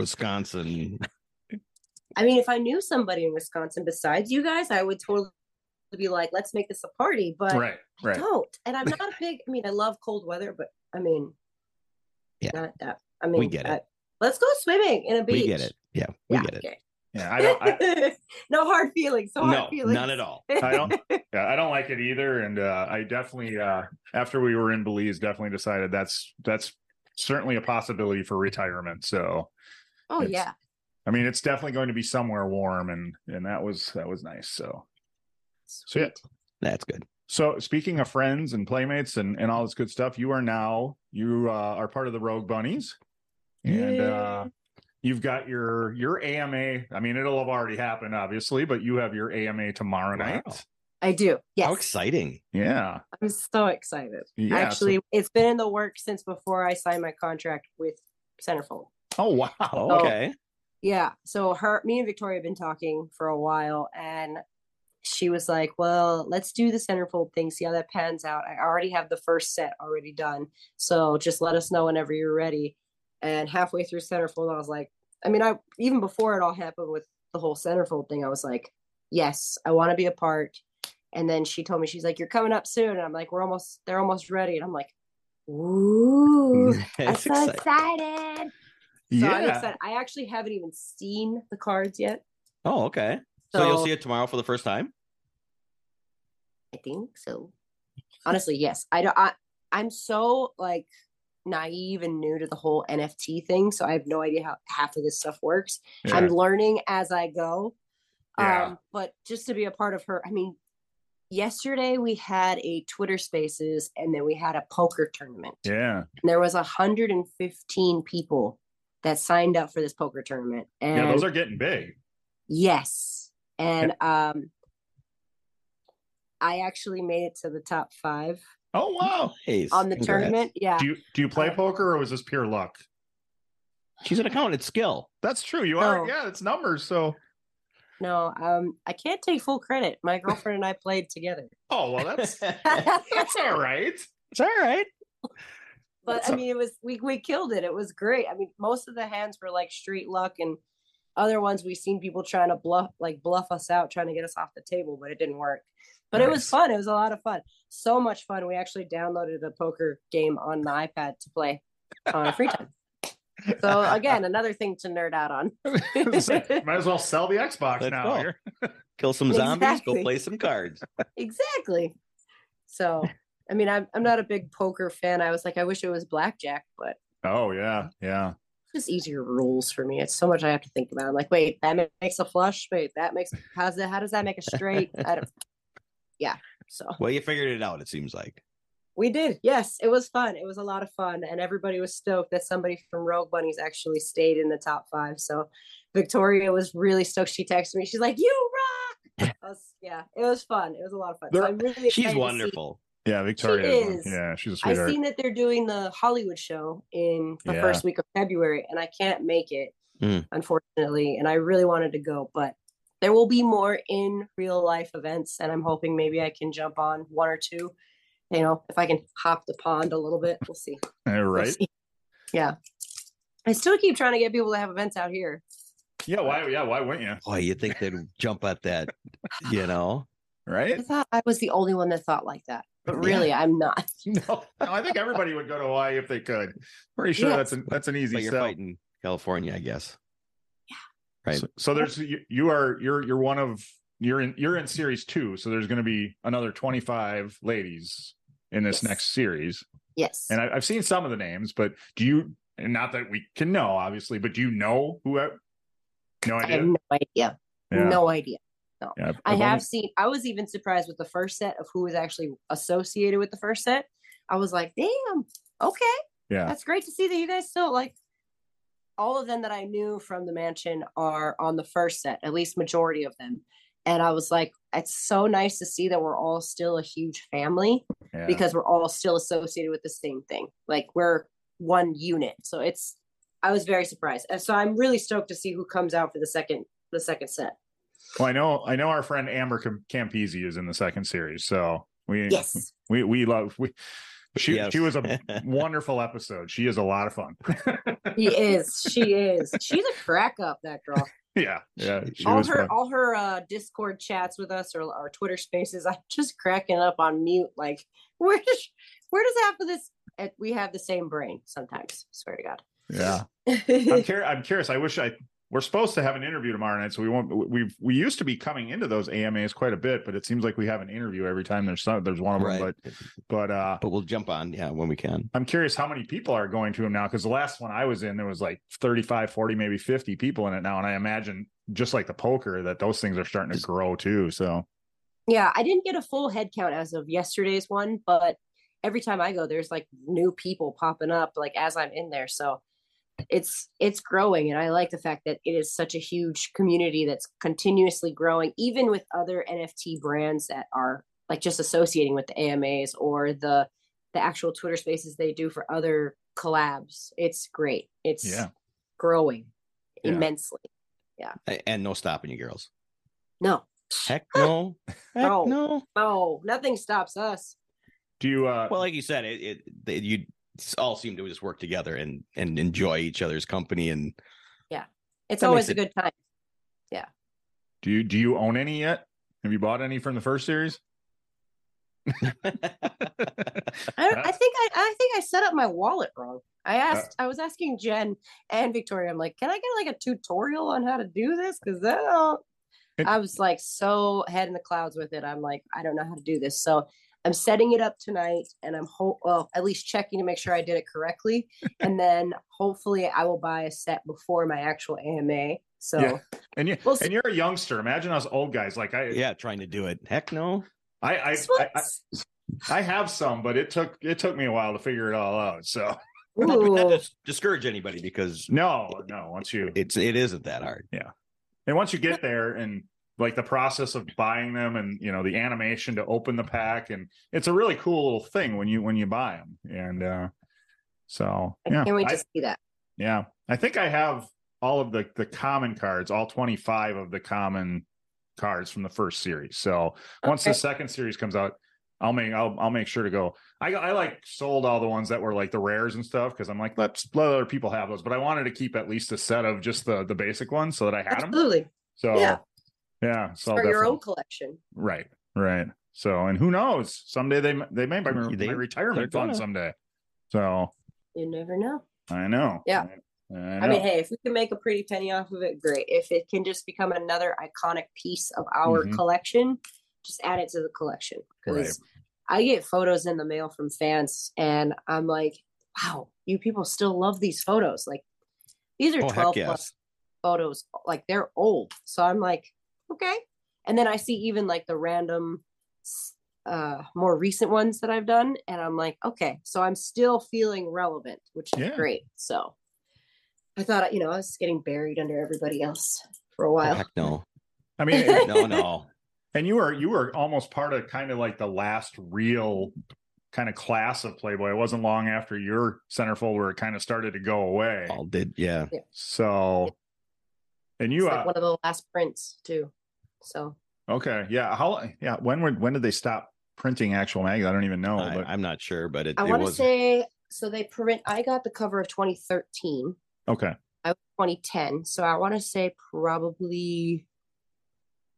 D: Wisconsin.
B: I mean, if I knew somebody in Wisconsin besides you guys, I would totally be like, let's make this a party. But
C: Right, right.
B: don't. And I'm not a big. I mean, I love cold weather, but I mean,
D: Yeah.
B: not that. I mean,
D: get it.
B: I- let's go swimming in a beach.
D: We get it. Yeah, we
B: Yeah,
D: get it.
B: okay.
C: Yeah, I don't. I,
B: no hard feelings. No,
D: No,
B: hard feelings.
D: none at all.
C: I don't. Yeah, I don't like it either. And uh, I definitely, uh, after we were in Belize, definitely decided that's that's certainly a possibility for retirement. So,
B: Oh
C: It's-
B: yeah.
C: I mean, it's definitely going to be somewhere warm, and and that was that was nice. So, so yeah.
B: Sweet.
D: That's good.
C: So speaking of friends and playmates and and all this good stuff, you are now you uh, are part of the Rogue Bunnies, and uh, you've got your your AMA. I mean, it'll have already happened, obviously, but you have your AMA tomorrow
D: Wow.
C: night.
B: I do.
D: How
B: Yes.
D: exciting!
C: Yeah,
B: I'm so excited.
C: yeah. so-
B: Actually, it's been in the works since before I signed my contract with Centerfold.
C: oh wow.
D: Okay,
B: Yeah. So her, me and Victoria have been talking for a while, and she was like, "Well, let's do the centerfold thing. See how that pans out. I already have the first set already done, so just let us know whenever you're ready." And halfway through centerfold, I was like, I mean, I even before it all happened with the whole centerfold thing, I was like, yes, I want to be a part. And then she told me, she's like, you're coming up soon. And I'm like, we're almost, they're almost ready. And I'm like, ooh, I'm
D: It's
B: so
D: exciting.
B: excited. So I'm
C: yeah.
B: excited. I actually haven't even seen the cards yet.
D: Oh, okay. So,
B: So,
D: you'll see it tomorrow for the first time.
B: I think so. Honestly, yes. I don't. I, I'm so like naive and new to the whole NFT thing, so I have no idea how half of this stuff works.
C: Yeah.
B: I'm learning as I go.
C: Yeah.
B: Um, but just to be a part of her, I mean, yesterday we had a Twitter Spaces, and then we had a poker tournament.
C: yeah.
B: And there was 115 people that signed up for this poker tournament, and
C: Yeah. Those are getting big.
B: Yes. And um I actually made it to the top five
C: Oh wow.
D: Nice.
B: on the
D: Congrats.
B: tournament. Yeah.
C: Do you do you play poker or was this pure luck?
D: She's an accountant skill.
C: That's true. You are.
B: No.
C: Yeah, it's numbers. So
B: No, um I can't take full credit. My girlfriend and I played together.
C: oh well, that's
D: it's
C: that's all right.
D: all right.
B: But
C: That's
B: I
C: a-
B: mean it was we we killed it. It was great. I mean, most of the hands were like street luck and other ones we've seen people trying to bluff like bluff us out, trying to get us off the table, but it didn't work. But it was
C: Nice.
B: fun. It was a lot of fun. So much fun. We actually downloaded a poker game on the iPad to play on our free time. So again, another thing to nerd out on.
C: Might as well sell the Xbox
D: Let's
C: now.
D: go. Kill some zombies. Go
B: Exactly.
D: play some cards.
B: exactly. So, I mean, I'm I'm not a big poker fan. I was like, I wish it was blackjack, but
C: Oh yeah, yeah.
B: it's just easier rules for me. It's so much I have to think about. I'm like, wait, that ma- makes a flush. Wait, that makes how's that? How does that make a straight? I don't. Yeah. So
D: Well, you figured it out. It seems like.
B: we did. Yes, it was fun. It was a lot of fun, and everybody was stoked that somebody from Rogue Bunnies actually stayed in the top five. So Victoria was really stoked. She texted me. She's like, "You rock!" I was, yeah, it was fun. It was a lot of fun. So
C: They're-
B: I'm really excited
D: She's
B: to see-
D: wonderful.
C: Yeah, Victoria. is one.
B: is.
C: Yeah, she's a
B: I
C: sweetheart.
B: seen that they're doing the Hollywood show in the
C: Yeah.
B: first week of February, and I can't make it,
D: Mm.
B: unfortunately. And I really wanted to go, but there will be more in real life events, and I'm hoping maybe I can jump on one or two. You know, if I can hop the pond a little bit, we'll see.
C: Yeah,
B: We'll
C: right.
B: see. Yeah. I still keep trying to get people to have events out here.
C: Yeah. Why? Yeah. Why wouldn't you?
D: Boy, you think they'd jump at that? You know.
C: Right.
B: I thought I was the only one that thought like that, but
C: Yeah.
B: really, I'm not.
C: No, no, I think everybody would go to Hawaii if they could. Pretty sure
B: Yeah.
C: that's an that's an
D: But
C: easy
D: you're
C: sell.
D: fighting California, I guess. right.
C: So, so there's you, you are you're you're one of you're in you're in series two. So there's going to be another 25 ladies in this
B: Yes.
C: next series,
B: Yes.
C: and I, I've seen some of the names, but do you? And not that we can know, obviously, but do you know who? I, no
B: I have
C: idea.
B: no idea.
C: Yeah.
B: No idea.
C: Yeah, I've-
B: I
C: I've only-
B: have seen. I was even surprised with the first set of who was actually associated with the first set. I was like, "Damn, okay,
C: Yeah.
B: that's great to see that you guys still like." All of them that I knew from the mansion are on the first set, at least majority of them. And I was like, "It's so nice to see that we're all still a huge family
C: yeah.
B: because we're all still associated with the same thing. Like we're one unit." So it's. I was very surprised, and so I'm really stoked to see who comes out for the second the second set.
C: Well, I know I know our friend Amber Cam- Campese is in the second series, so we
B: Yes.
C: we we love we. She
D: Yes.
C: she was a wonderful episode. She is a lot of fun.
B: He is. She is. She's a crack up. That girl.
C: yeah, yeah. She
B: all
C: was
B: her
C: fun.
B: all her uh, Discord chats with us or our Twitter Spaces. I'm just cracking up on mute. Like where does where does half of this? uh, We have the same brain sometimes. Swear to God.
C: Yeah, I'm, cur- I'm curious. I wish I we're supposed to have an interview tomorrow night, so we won't. We've we used to be coming into those AMAs quite a bit, but it seems like we have an interview every time there's some, there's one of them.
D: Right.
C: But but uh,
D: But we'll jump on, yeah, when we can.
C: I'm curious how many people are going to them now because the last one I was in, there was like 35, 40, maybe 50 people in it now. And I imagine just like the poker that those things are starting to grow too. So,
B: yeah, I didn't get a full head count as of yesterday's one, but every time I go, there's like new people popping up like as I'm in there. So it's it's growing and i like the fact that it is such a huge community that's continuously growing even with other nft brands that are like just associating with the amas or the the actual twitter spaces they do for other collabs it's great it's
C: Yeah.
B: growing
C: Yeah.
B: immensely
D: A- And no stopping you girls.
B: no
D: Heck no. Heck
B: No.
D: no.
B: no nothing stops us
C: do you, uh,
D: Well, like you said, it, it they- you all seem to just work together and and enjoy each other's company. And
B: It's
D: That
B: always
D: makes
B: a good time.
C: Do you do you own any yet? Have you bought any from the first series?
B: I, don't, I
C: That's-
B: think I, I think I set up my wallet wrong. I asked, I was asking Jen and Victoria. I'm like, can I get like a tutorial on how to do this? Because I don't.
C: It-
B: I was like so head in the clouds with it. I'm like, I don't know how to do this. So I'm setting it up tonight, and I'm ho- well, at least checking to make sure I did it correctly, and then hopefully I will buy a set before my actual AMA. So
C: Yeah. And you
B: Well, s-
C: and you're a youngster. Imagine us old guys. Like I
D: yeah, trying to do it. Heck no.
C: I I,
B: This one's-
C: I I I have some, but it took it took me a while to figure it all out. So
D: Not that
B: ooh,
D: dis- discourage anybody because
C: no, no. Once you
D: it's it isn't that hard.
C: and once you get there and like the process of buying them and you know the animation to open the pack and it's a really cool little thing when you when you buy them and uh so yeah
B: can we
C: I-
B: just see that?
C: Yeah. I think I have all of the the common cards, all 25 of the common cards from the first series. So once the
B: Okay.
C: second series comes out, I'll make I'll I'll make sure to go. I I like sold all the ones that were like the rares and stuff because I'm like, let's let other people have those. But I wanted to keep at least a set of just the the basic ones so that I had them.
B: Absolutely
C: So
B: Yeah.
C: yeah, so I'll
B: for your
C: definitely-
B: own collection.
C: right, right. So and who knows? Someday they they may buy my,
D: They-
C: my retirement
D: they're
C: fund
D: gonna.
C: someday. So
B: You never know.
C: I know.
B: Yeah.
C: I,
B: I
C: know.
B: mean, hey, if we can make a pretty penny off of it, great. If it can just become another iconic piece of our
D: Mm-hmm.
C: Mhm.
B: collection, just add it to the collection. 'Cause
D: Right.
B: I get photos in the mail from fans, and I'm like, wow, you people still love these photos. Like, these are
D: Oh
B: 12
D: heck yes.
B: plus photos. Like, they're old. So I'm like, okay. And then I see even like the random, s- uh, more recent ones that I've done, and I'm like, okay, so I'm still feeling relevant, which is
C: Yeah.
B: great. So I thought, you know, I was getting buried under everybody else for a
D: Oh,
B: while.
D: heck no.
C: I mean it-
D: No, no.
C: And you were you were almost part of kind of like the last real kind of class of Playboy. It wasn't long after your centerfold where it kind of started to go away.
D: All did yeah.
C: So and
B: It's
C: you
B: like
C: uh,
B: one of the last prints too. So
C: okay, yeah. How yeah, when were when did they stop printing actual magazines? I don't even know, but
D: I, am not sure, but it,
B: I
D: it
B: want to
D: was
B: say, so they print. I got the cover of 2013.
C: okay.
B: I was 2010, so I want to say probably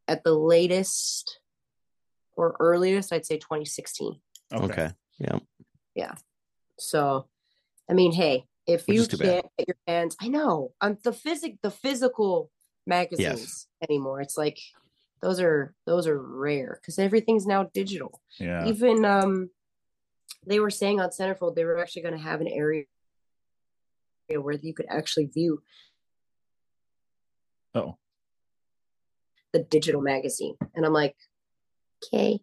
B: at the latest or earliest, I'd say 2016.
C: Okay.
D: okay.
B: So, I mean, hey, if
D: Which
B: you
D: is too bad.
B: can't get your hands, I know um, the physic, the physical magazines anymore. It's like those are those are rare because everything's now digital.
C: Yeah.
B: Even um, they were saying on Centerfold they were actually going to have an area where you could actually view
C: Oh.
B: the digital magazine, and I'm like, okay.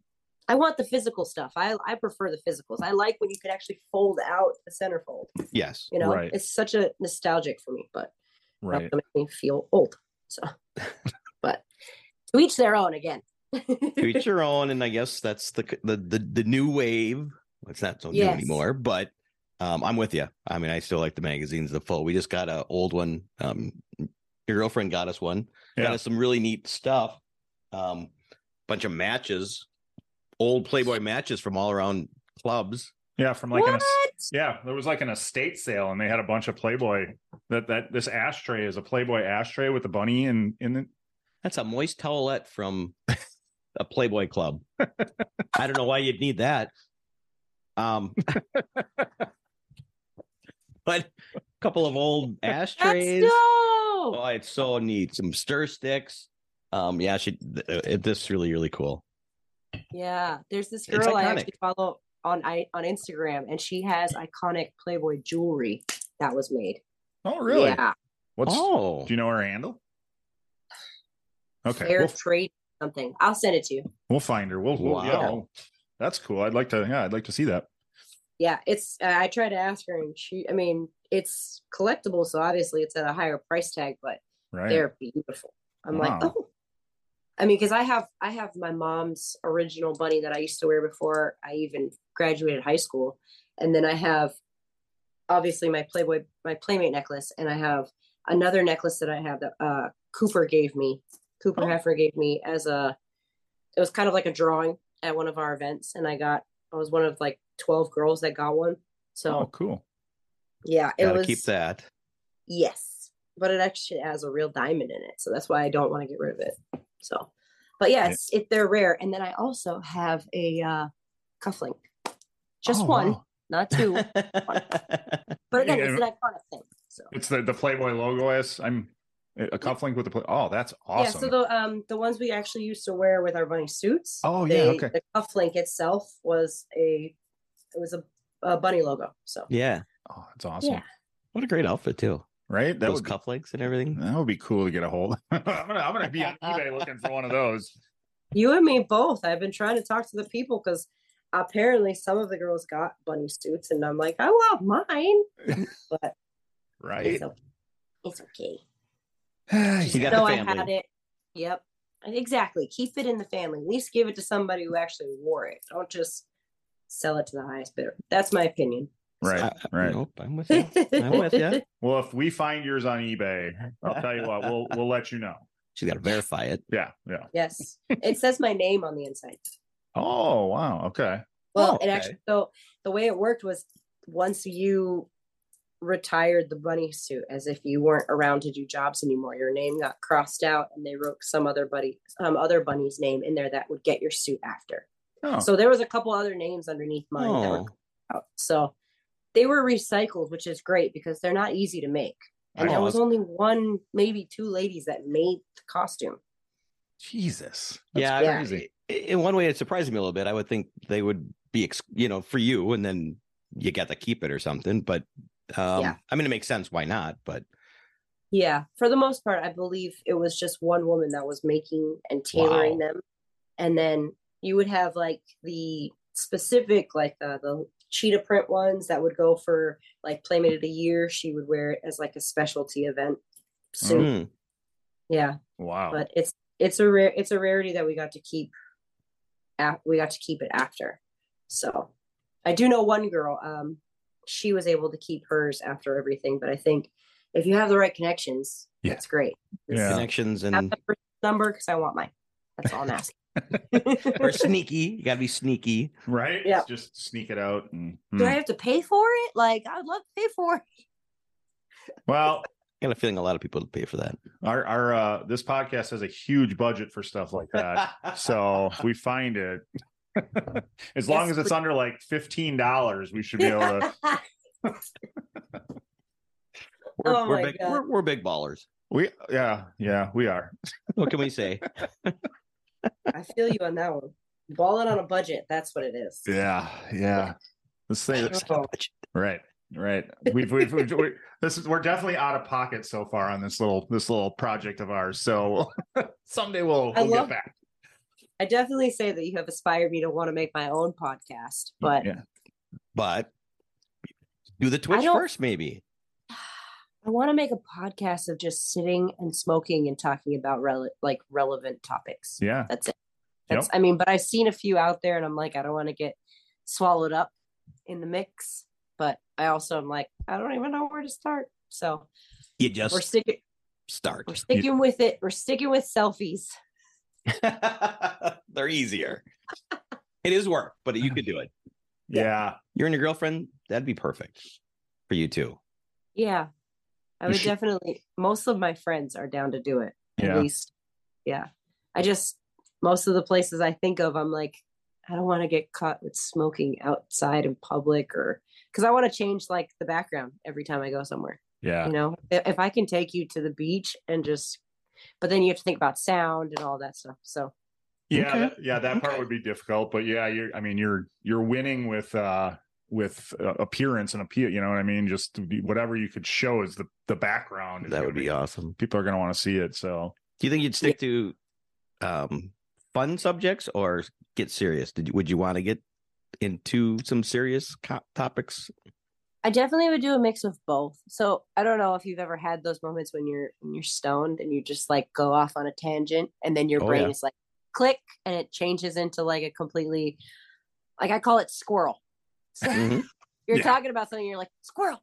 B: I want the physical stuff. I, I prefer the physicals. I like when you can actually fold out the centerfold
D: Yes.
B: you know
C: Right.
B: it's such a nostalgic for me but right.
C: Right.
B: make me feel old so but to each their own again
D: To each your own, and I guess that's the the the, the new wave. It's not so new
B: Yes.
D: anymore, but um, I'm with you. I mean, I still like the magazines. The full. We just got an old one. Um, your girlfriend got us one. Got
C: Yeah.
D: us some really neat stuff. Um, bunch of matches, old Playboy matches from all around clubs.
C: Yeah, from like an
B: what
C: es- yeah, there was like an estate sale and they had a bunch of Playboy that that this ashtray is a Playboy ashtray with a bunny in in it.
D: That's a moist towelette from a Playboy club. I don't know why you'd need that. Um, but a couple of old ashtrays.
B: Let's
D: Oh,
B: go!
D: it's so neat. Some stir sticks. Um, yeah, she. th- It, this is really, really cool.
B: yeah there's this
D: It's
B: girl i
D: iconic.
B: actually follow on i on instagram and she has iconic playboy jewelry that was made
C: Oh, really?
B: yeah
C: What's
D: oh,
C: Do you know her handle? Okay,
B: fair
C: we'll,
B: trade something i'll send it to you
C: we'll find her. We'll, we'll yeah,
D: Wow.
C: we'll- that's cool. I'd like to. Yeah, I'd like to see that.
B: yeah it's uh, i tried to ask her and she i mean it's collectible so obviously it's at a higher price tag but
C: Right.
B: they're beautiful. I'm like,
C: Wow.
B: oh. I mean, because I have I have my mom's original bunny that I used to wear before I even graduated high school, and then I have obviously my Playboy my Playmate necklace, and I have another necklace that I have that uh, Cooper gave me. Cooper
C: Oh.
B: Heffer gave me as a. It was kind of like a drawing at one of our events, and I got I was one of like twelve girls that got one. So
C: Oh, cool.
B: Yeah, it
D: Gotta
B: was.
D: keep that.
B: Yes, but it actually has a real diamond in it, so that's why I don't want to get rid of it. So, but yeah, it's, it they're rare. And then I also have a uh, cufflink, just
D: Oh,
B: one,
D: wow.
B: not two. But again, it's an
C: Yeah.
B: iconic thing. So
C: It's the the Playboy logo. Is I'm a cufflink with the play. Oh, that's
B: yeah,
C: awesome.
B: so the um the ones we actually used to wear with our bunny suits.
C: Oh, yeah,
B: they-
C: okay.
B: The cufflink itself was a it was a, a bunny logo. So
D: yeah.
C: oh, that's awesome.
B: Yeah.
D: What a great outfit too.
C: Right? That
D: Those
C: would be,
D: cufflinks and everything.
C: that would be cool to get a hold. I'm gonna I'm gonna be on eBay looking for one of those.
B: You and me both. I've been trying to talk to the people because apparently some of the girls got bunny suits, and I'm like, I want mine, but
C: Right?
B: it's okay. It's okay.
D: You got
B: No,
D: the
B: I
D: family.
B: had it. Yep, And exactly. Keep it in the family. At least give it to somebody who actually wore it. Don't just sell it to the highest bidder. That's my opinion.
C: Right.
D: I- I-
C: Right.
D: Nope. I'm with you. I'm with you.
C: Well, if we find yours on eBay, I'll tell you what, we'll we'll let you know.
D: She's got to verify it.
C: Yeah, yeah.
B: yes, it says my name on the inside.
C: Oh wow, okay.
B: Well,
D: Oh,
B: it
D: okay.
B: actually so the way it worked was once you retired the bunny suit, as if you weren't around to do jobs anymore, your name got crossed out, and they wrote some other buddy, some other bunny's name in there that would get your suit after.
C: Oh,
B: So there was a couple other names underneath mine that were
D: Oh,
B: crossed out. So they were recycled, which is great because they're not easy to make. And
D: I
B: there
D: know,
B: was
D: it's-
B: only one, maybe two ladies that made the costume.
C: Jesus.
D: yeah.
B: Yeah.
C: Crazy.
D: I- In one way, it surprised me a little bit. I would think they would be, ex- you know, for you, and then you got to keep it or something. But um,
B: Yeah.
D: I mean, it makes sense. Why not? But
B: Yeah, for the most part, I believe it was just one woman that was making and tailoring
D: Wow.
B: them. And then you would have like the specific, like uh, the cheetah print ones that would go for like Playmate of the Year. She would wear it as like a specialty event suit.
D: Mm.
B: Yeah,
C: Wow.
B: but it's it's a rare it's a rarity that we got to keep. af- We got to keep it after. So I do know one girl. Um, she was able to keep hers after everything. But I think if you have the right connections,
C: Yeah. Mm.
B: that's great.
C: Yeah.
D: connections
B: Have
D: and
B: the first number because I want mine. That's all I'm asking.
D: or sneaky. You got to be sneaky.
C: right?
B: Yeah.
C: Just sneak it out and hmm.
B: Do I have to pay for it? Like I would love to pay for it.
C: well,
D: I got a feeling a lot of people would pay for that.
C: our our uh this podcast has a huge budget for stuff like that. So if we find it. as long
B: Yes,
C: as it's
B: we-
C: under like fifteen dollars, we should be able to.
D: we're,
B: Oh
D: we're
B: my
D: big,
B: God.
D: We're, we're big ballers.
C: We yeah yeah we are.
D: What can we say?
B: I feel you on that one. Balling on a budget. That's what it is.
C: Yeah yeah. Let's say this.
B: Oh,
C: Right right. We've we've, we've we, this is we're definitely out of pocket so far on this little this little project of ours. So someday we'll
B: I
C: we'll get
B: love-
C: back.
B: I definitely say that you have inspired me to want to make my own podcast, but
C: yeah.
D: But do the Twitch
B: don't-
D: first, maybe.
B: I want to make a podcast of just sitting and smoking and talking about rele- like relevant topics.
C: yeah
B: That's it.
C: Yep.
B: That's I mean, but I've seen a few out there and I'm like, I don't want to get swallowed up in the mix. But I also am like, I don't even know where to start. So
D: You
B: we're
D: just
B: sticking
D: start.
B: we're sticking with it. We're sticking with selfies.
D: They're easier. It is work, but you could do it.
C: yeah.
D: You and your girlfriend, that'd be perfect for you too.
B: Yeah. I
C: We
B: would
C: should-
B: definitely most of my friends are down to do it.
C: Yeah.
B: At least. Yeah. I just most of the places I think of, I'm like, I don't want to get caught with smoking outside in public or because I want to change like the background every time I go somewhere.
C: Yeah.
B: you know if if i can take you to the beach and just but then you have to think about sound and all that stuff so
C: Yeah,
D: Okay.
C: that, yeah, that part
D: Okay.
C: would be difficult, but yeah, you're. I mean, you're you're winning with uh with uh, appearance and appeal. You know what I mean? Just to be- whatever you could show is the the background. is
D: That would
C: gonna
D: be awesome.
C: People are going to want to see it. So
D: Do you think you'd stick to um fun subjects or get serious? Did you, would you want to get into some serious co- topics?
B: i definitely would do a mix of both so i don't know if you've ever had those moments when you're when you're stoned and you just like go off on a tangent and then your
D: Oh,
B: brain
D: yeah.
B: is like click and it changes into like a completely like i call it squirrel so
D: Mhm.
B: you're
C: Mm-hmm. Yeah.
B: talking about something you're like squirrel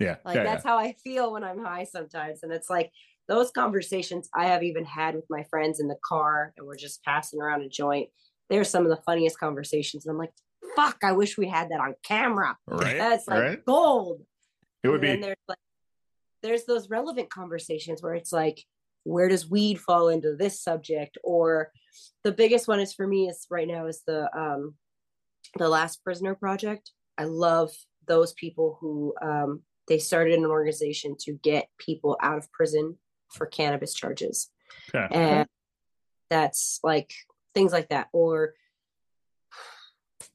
C: yeah,
B: like
C: yeah,
B: that's how i feel when i'm high sometimes and it's like those conversations i have even had with my friends in the car and we're just passing around a joint they're some of the funniest conversations and i'm like fuck i wish we had that on camera
C: yeah. right,
B: that's like
C: right.
B: gold
C: It would
B: and
C: be
B: then there's like there's those relevant conversations where it's like where does weed fall into this subject or the biggest one is for me is right now is the um the last prisoner project i love those people who um they started an organization to get people out of prison for cannabis charges
C: Okay.
B: and that's like things like that or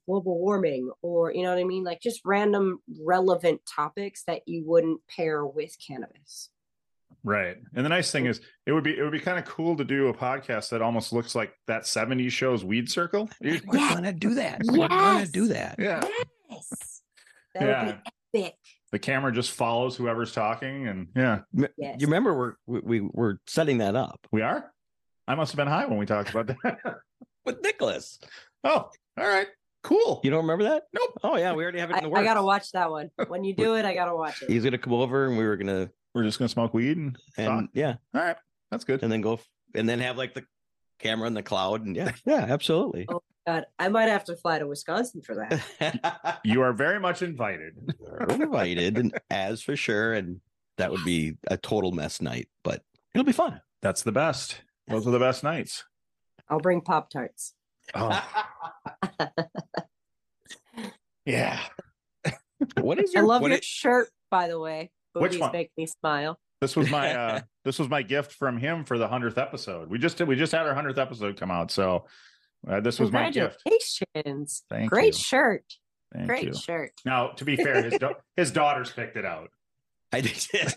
B: global warming or you know what i mean like just random relevant topics that you wouldn't pair with cannabis
C: Right. And the nice thing is it would be it would be kind of cool to do a podcast that almost looks like that 70s show's Weed Circle.
D: We're
B: Yes.
D: gonna do that. We're gonna
B: Yes.
D: do that.
C: Yeah.
B: yes that would be epic
C: The camera just follows whoever's talking and yeah.
D: M-
B: Yes.
D: You remember we're we, we were setting that up
C: We are? I must have been high when we talked about that.
D: with Nicholas.
C: oh, all right. Cool.
D: You don't remember that?
C: Nope.
D: Oh yeah, we already have it
B: I,
D: in the works.
B: I gotta watch that one when you do it i gotta watch it
D: He's gonna come over, and we were gonna
C: We're just gonna smoke weed and,
D: and yeah,
C: all right. That's good.
D: and then go f- and then have like the camera in the cloud, and yeah, yeah, absolutely.
B: god i might have to fly to wisconsin for that Oh.
C: You are very much invited.
D: We're invited, and as for sure, and that would be a total mess night, but it'll be fun.
C: That's the best. Those are the best nights.
B: i'll bring pop tarts
C: Oh yeah.
D: what is
B: i
D: your
B: love
D: what
B: your
D: is-
B: shirt by the way
C: Which
B: boobies
C: one?
B: make me smile
C: This was my uh this was my gift from him for the hundredth episode. We just we just had our hundredth episode come out, so uh, this was my gift.
B: congratulations
C: Thank
B: great
C: you.
B: shirt
C: Thank
B: great
C: you.
B: shirt
C: Now, to be fair, his da- his daughters picked it out.
D: I did.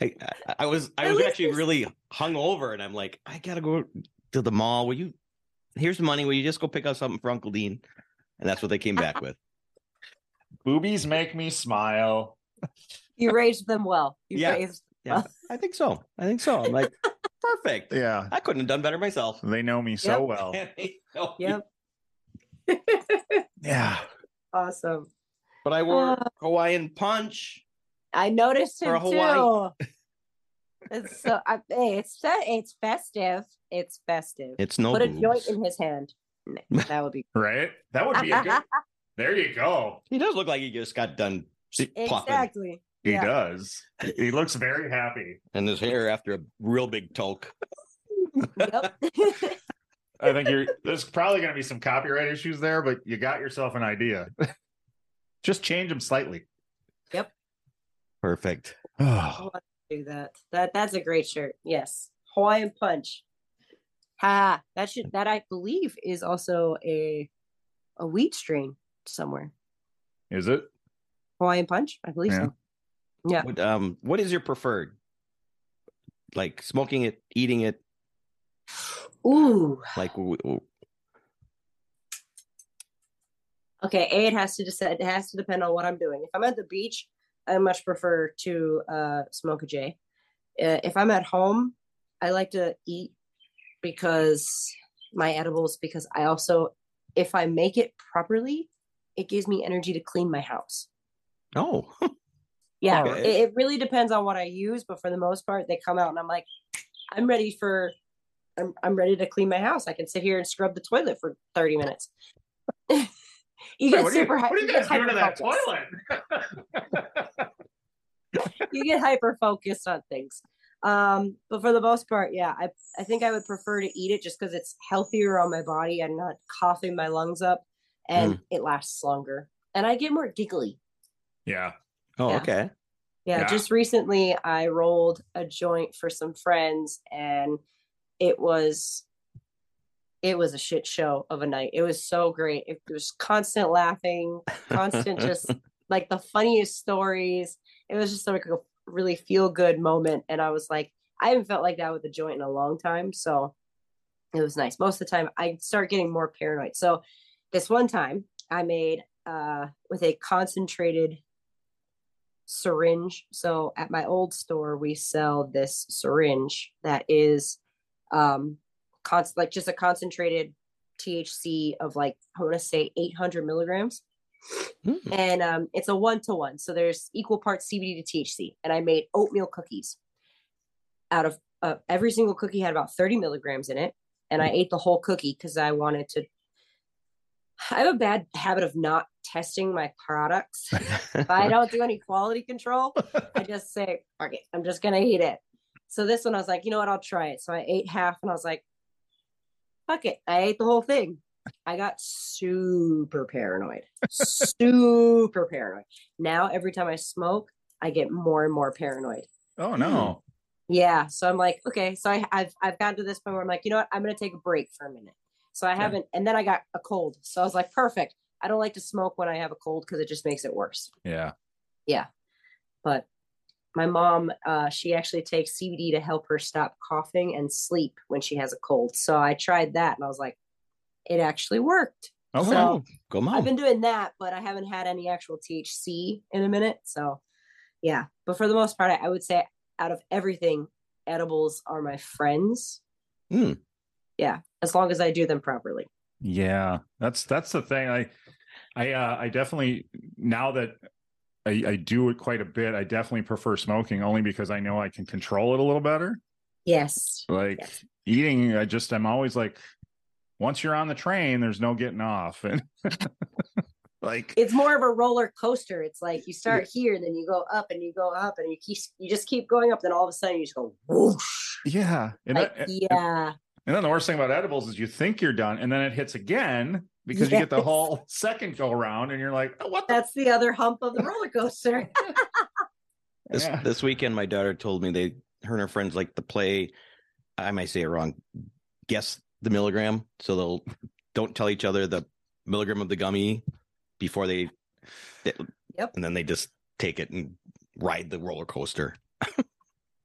D: I, I- I was I
B: At
D: was
B: least
D: actually
B: there's-
D: really hung over and I'm like, I gotta go to the mall. Will you here's the money? Will you just go pick up something for Uncle Dean? And that's what they came back with.
C: Boobies make me smile.
B: you raised them well you
D: Yeah.
B: raised
D: Yeah. I think so. I think so. I'm like, perfect.
C: Yeah,
D: I couldn't have done better myself.
C: they know me so well.
D: yeah.
B: yep
C: Yeah,
B: awesome
D: But I wore
B: Uh,
D: Hawaiian punch.
B: I noticed him
D: For a Hawaii.
B: too. It's so I, hey, it's fe- it's festive. It's festive.
D: It's no
B: Put a
D: boobs.
B: joint in his hand. Nah, That would be
C: right. That would be a good. there you go.
D: He does look like he just got done popping
B: exactly.
C: He
B: Yeah.
C: does. He looks very happy.
D: and his hair after a real big toke.
B: Yep.
C: I think you're. There's probably going to be some copyright issues there, but you got yourself an idea. Just change them slightly.
D: Perfect.
C: Oh,
B: Do that. That that's a great shirt. Yes, Hawaiian punch. Ha! That should that I believe is also a a wheat strain somewhere.
C: is it?
B: Hawaiian punch, I believe
C: Yeah.
B: so. Yeah.
D: What, um, what is your preferred? Like smoking it, eating it,
B: Ooh.
D: like w- w-
B: Okay, a it has to decide. It has to depend on what I'm doing. If I'm at the beach, I much prefer to uh, smoke a J. Uh, if I'm at home, I like to eat because my edibles. Because I also, if I make it properly, it gives me energy to clean my house.
D: oh,
B: Yeah,
D: Alright.
B: it, it really depends on what I use, but for the most part, they come out and I'm like, I'm ready for, I'm I'm ready to clean my house. I can sit here and scrub the toilet for 30 minutes. you
C: Hey,
B: get
C: what, are you,
B: super. hy-
C: what are you
B: you
C: guys
B: get
C: doing to that
B: hyper-focused.
C: toilet?
B: you get hyper focused on things. Um, but for the most part, yeah, I, I think I would prefer to eat it just because it's healthier on my body. I'm not coughing my lungs up and
C: Hmm.
B: it lasts longer. And I get more giggly.
C: yeah.
D: oh,
B: Yeah.
D: okay.
B: Yeah,
C: Yeah.
B: just recently I rolled a joint for some friends and it was it was a shit show of a night. It was so great. It was constant laughing, constant just like the funniest stories. It was just like a really feel good moment. And I was like, I haven't felt like that with a joint in a long time. So it was nice. Most of the time I start getting more paranoid. So this one time I made uh with a concentrated syringe. So at my old store we sell this syringe that is um const- like just a concentrated THC of like I want to say 800 milligrams
D: Hmm.
B: and um, it's a one to one. So there's equal parts CBD to THC. And I made oatmeal cookies. Out of uh, every single cookie had about 30 milligrams in it, and I ate the whole cookie because I wanted to. I have a bad habit of not testing my products. if I don't do any quality control, I just say, okay, I'm just gonna eat it. So this one, I was like, you know what, I'll try it. So I ate half, and I was like, fuck it, I ate the whole thing. I got super paranoid, super paranoid. Now every time I smoke, I get more and more paranoid.
C: Oh no.
B: Yeah. So I'm like, okay. So I, I've I've gotten to this point where I'm like, you know what? I'm gonna take a break for a minute. So I haven't, and then I got a cold. So I was like, perfect. I don't like to smoke when I have a cold because it just makes it worse.
C: Yeah.
B: Yeah. But my mom, uh, she actually takes CBD to help her stop coughing and sleep when she has a cold. So I tried that and I was like, it actually worked.
C: Okay.
B: So-
D: Go
B: I've
D: mom.
B: been doing that, but I haven't had any actual THC in a minute. So, yeah. But for the most part, I, I would say out of everything, edibles are my friends.
D: Hmm.
B: Yeah, as long as I do them properly.
C: Yeah, that's that's the thing. I I uh, I definitely now that I, I do it quite a bit, I definitely prefer smoking only because I know I can control it a little better.
B: Yes.
C: Like
B: Yes.
C: eating, I just I'm always like, once you're on the train, there's no getting off, and like
B: It's more of a roller coaster. It's like you start here, and then you go up, and you go up, and you keep you just keep going up. Then all of a sudden, you just go whoosh.
C: yeah, and,
B: Like,
C: that-
B: yeah,
C: and then the worst thing about edibles is you think you're done, and then it hits again because you get the
B: Yes.
C: whole second go round, and you're like, oh, what the
B: that's the other hump of the roller coaster.
D: This
C: Yeah.
D: this weekend, my daughter told me they her and her friends like to play. I might say it wrong. Guess the milligram. So they'll don't tell each other the milligram of the gummy before they.
B: Yep.
D: And then they just take it and ride the roller coaster.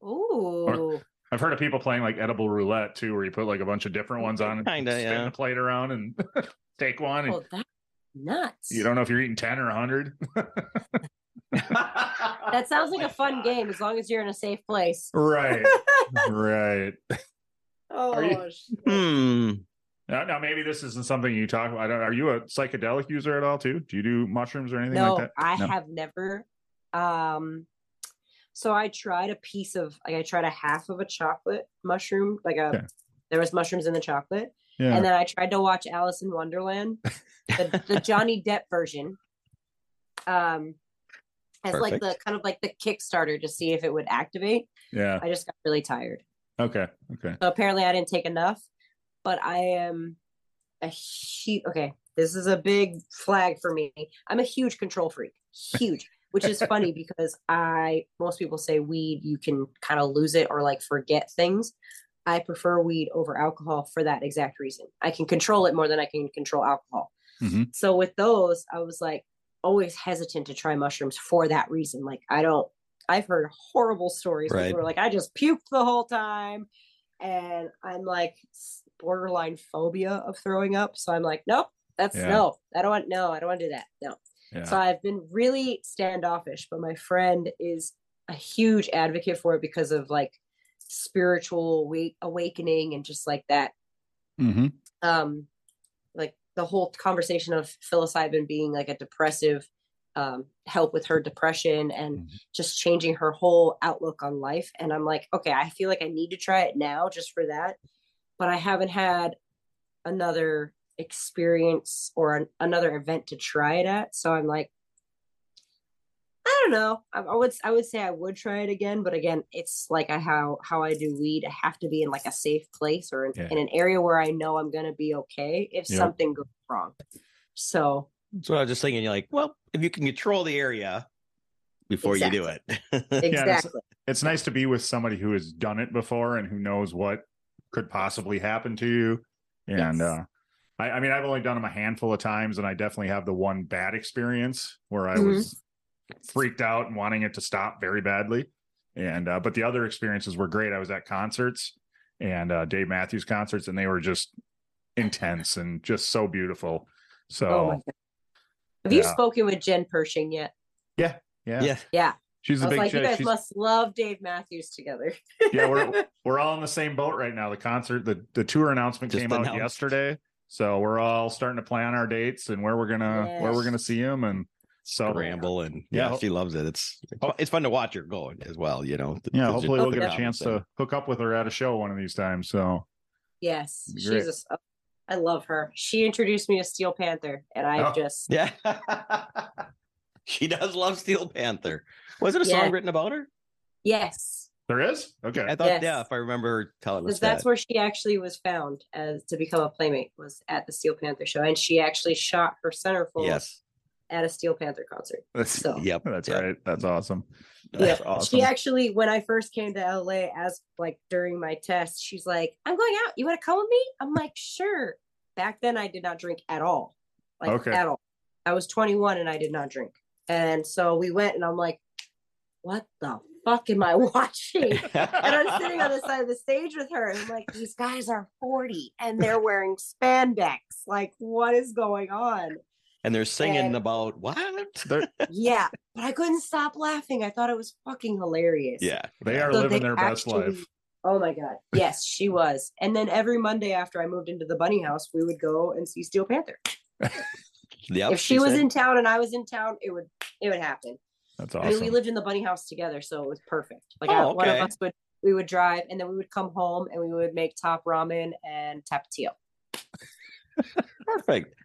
B: Ooh,
C: I've heard of people playing like edible roulette too, where you put like a bunch of different ones on and
D: Kinda,
C: spin
D: yeah.
C: the plate around and take one. And
B: oh, that's nuts.
C: you don't know if you're eating ten or hundred.
B: That sounds like a fun game as long as you're in a safe place.
C: right, right.
B: Oh,
C: you-
B: sh-
D: Hmm.
C: Now, now, maybe this isn't something you talk about. I don't, are you a psychedelic user at all too? Do you do mushrooms or anything
B: no,
C: like that?
B: I
C: No.
B: have never. Um, so I tried a piece of, like, I tried a half of a chocolate mushroom, like a,
C: Yeah.
B: there was mushrooms in the chocolate,
C: Yeah.
B: and then I tried to watch Alice in Wonderland, the, the Johnny Depp version, um, as like the kind of like the Kickstarter to see if it would activate.
C: yeah.
B: I just got really tired.
C: Okay. Okay.
B: So apparently I didn't take enough, but I am a huge okay. This is a big flag for me. I'm a huge control freak. Huge. Which is funny because I most people say weed you can kind of lose it or like forget things. I prefer weed over alcohol for that exact reason. I can control it more than I can control alcohol.
C: Mhm.
B: So with those, I was like always hesitant to try mushrooms for that reason. Like I don't I've heard horrible stories
D: Right.
B: people are like I just puked the whole time and I'm like s- borderline phobia of throwing up. So I'm like, nope, that's
C: Yeah.
B: no, I don't want, no, I don't want to do that. No.
C: Yeah.
B: So I've been really standoffish, but my friend is a huge advocate for it because of like spiritual wake, awakening and just like that.
C: hmm
B: Um, like the whole conversation of psilocybin being like a depressive um, help with her depression and
C: Mhm.
B: just changing her whole outlook on life. And I'm like, okay, I feel like I need to try it now just for that. But I haven't had another experience or an, another event to try it at. So I'm like, I don't know. I, I would I would say I would try it again, but again, it's like I, how how I do weed. I have to be in like a safe place or in,
C: Yeah.
B: in an area where I know I'm gonna be okay if
C: Yep.
B: something goes wrong. So
D: So I was just thinking, you're like, well, if you can control the area before you do it,
C: Yeah, that's-
B: exactly.
C: It's nice to be with somebody who has done it before and who knows what could possibly happen to you. And
B: Yes.
C: uh, I, I mean, I've only done them a handful of times, and I definitely have the one bad experience where I
B: Mhm.
C: was freaked out and wanting it to stop very badly. And uh, but the other experiences were great. I was at concerts and uh, Dave Matthews concerts, and they were just intense and just so beautiful. So
B: oh my god. Have you
C: yeah.
B: spoken with Jen Pershing yet?
C: yeah.
D: yeah.
B: Yeah.
C: she's
B: I
C: a
B: was
C: big
B: like, you
C: chick.
B: guys
C: She's-
B: must love Dave Matthews together.
C: yeah, we're we're all in the same boat right now. The concert, the the tour announcement
D: Just
C: came out
D: announced.
C: yesterday, so we're all starting to plan our dates and where we're gonna where we're
B: Yes.
C: gonna see him. And so
D: ramble and
C: Yeah.
D: yeah, she loves it. It's it's fun to watch her going as well, you know.
C: yeah, hopefully we'll
B: Okay.
C: get a chance to hook up with her at a show one of these times. So
B: Yes,
C: Be
B: she's
C: great.
B: a s- a, I love her. She introduced me to Steel Panther, and I
C: Oh.
B: just
D: Yeah. she does love Steel Panther. Was it a
B: Yeah.
D: song written about her?
B: yes,
C: There is? Okay.
D: I thought,
B: Yes.
D: yeah, if I remember her telling us
B: because
D: that.
B: that's where she actually was found as to become a playmate was at the Steel Panther show, and she actually shot her centerfold
D: yes.
B: at a Steel Panther concert.
C: That's,
B: So
D: Yep.
C: that's
D: yeah.
C: right. That's awesome.
B: Yeah.
C: That's awesome.
B: She actually, when I first came to LA, as like during my test, she's like, "I'm going out. You want to come with me?" I'm like, "Sure." Back then, I did not drink at all, like
C: Okay.
B: at all. I was 21 and I did not drink, and so we went, and I'm like, "What the fuck am I watching?" And I'm sitting on the side of the stage with her, and I'm like, "These guys are 40 and they're wearing spandex. Like, what is going on?"
D: And they're singing
B: and-
D: about what?
C: They're-
B: Yeah, but I couldn't stop laughing. I thought it was fucking hilarious.
D: yeah.
C: they are
B: So
C: living
B: they
C: their best
B: actually-
C: life.
B: Oh my god. Yes, she was. And then every Monday after I moved into the bunny house, we would go and see Steel Panther.
D: Yep,
B: if she, was
D: said-
B: in town and I was in town, it would it would happen.
C: That's
B: I mean, we
C: awesome.
B: lived in the bunny house together, so it was perfect. Like
D: Oh,
B: I- one of
D: okay.
B: us would we would drive and then we would come home and we would make top ramen and tapatio.
D: Perfect.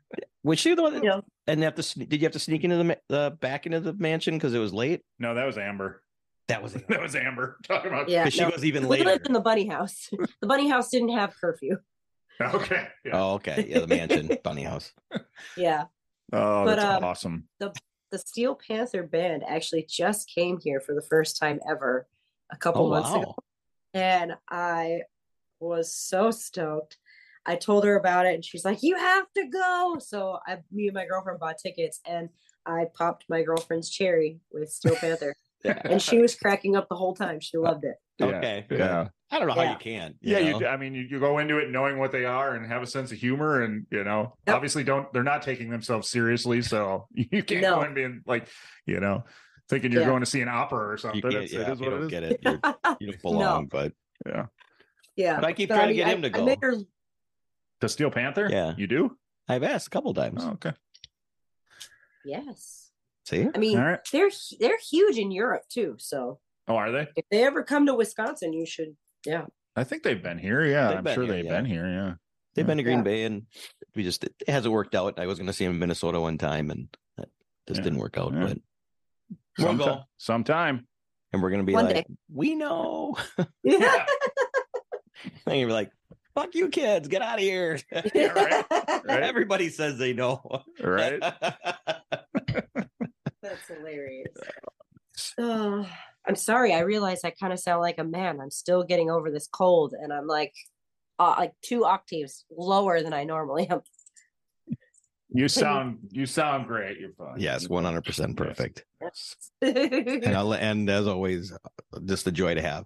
D: Was she the one that,
B: You know,
D: and have to, sne- did you have to sneak into the, ma- the back into the mansion because it was late?
C: No, that was Amber.
D: That was
C: That was Amber talking about.
B: yeah.
D: Because she
B: no.
D: goes even
B: we
D: later.
B: lived in the bunny house. The bunny house didn't have curfew.
C: Okay. Yeah.
D: Oh, okay. Yeah, the mansion, bunny house.
B: Yeah.
C: Oh,
B: But,
C: that's
B: um,
C: awesome.
B: the Steel Panther band actually just came here for the first time ever a couple
D: Oh,
B: months ago.
D: wow.
B: And I was so stoked. I told her about it and she's like, You have to go. So I me and my girlfriend bought tickets and I popped my girlfriend's cherry with Steel Panther. and she was cracking up the whole time. She loved it.
C: Yeah,
D: Okay. good.
C: Yeah.
D: I don't know how
B: Yeah.
D: you can.
C: Yeah, you,
D: know?
C: d- I mean, you, you go into it knowing what they are and have a sense of humor, and you know,
B: Yep.
C: obviously, don't they're not taking themselves seriously, so you can't
B: No.
C: go in being like, you know, thinking you're
B: Yeah.
C: going to see an opera or something.
D: You can't,
C: It's,
D: yeah,
C: it is
D: you
C: what
D: don't
C: it is.
D: get it. You're, you don't belong, but
B: yeah.
D: but I keep
B: So,
D: trying
B: mean,
D: to get him to
B: I
D: go.
B: made her
C: To Steel Panther,
D: Yeah.
C: you do.
D: I've asked a couple times.
C: Oh, okay,
B: yes.
D: See,
B: I mean,
C: all right.
B: they're hu- they're huge in Europe too. So
C: Oh, are they?
B: if they ever come to Wisconsin, you should
C: I think they've been here. Yeah,
D: They've
C: I'm
D: been
C: sure
D: here,
C: they've
D: yeah.
C: been here. Yeah.
D: they've been to Green
B: Yeah.
D: Bay, and we just it hasn't worked out. I was going to see him in Minnesota one time, and that just
C: Yeah.
D: didn't work out.
C: Yeah.
D: But We'll
C: Someti-
D: go.
C: sometime.
D: and we're going to be
B: One
D: like,
B: day.
D: we know.
C: Yeah.
D: and you're like, fuck you, kids, get out of here.
C: Yeah, right. Right.
D: Everybody says they know,
C: Right.
B: That's hilarious. Oh, I'm sorry. I realize I kind of sound like a man. I'm still getting over this cold, and I'm like, uh, like two octaves lower than I normally am.
C: You sound you sound great. You're fine.
D: yes, one hundred percent perfect.
B: it's
D: And I'll, and as always, just a joy to have.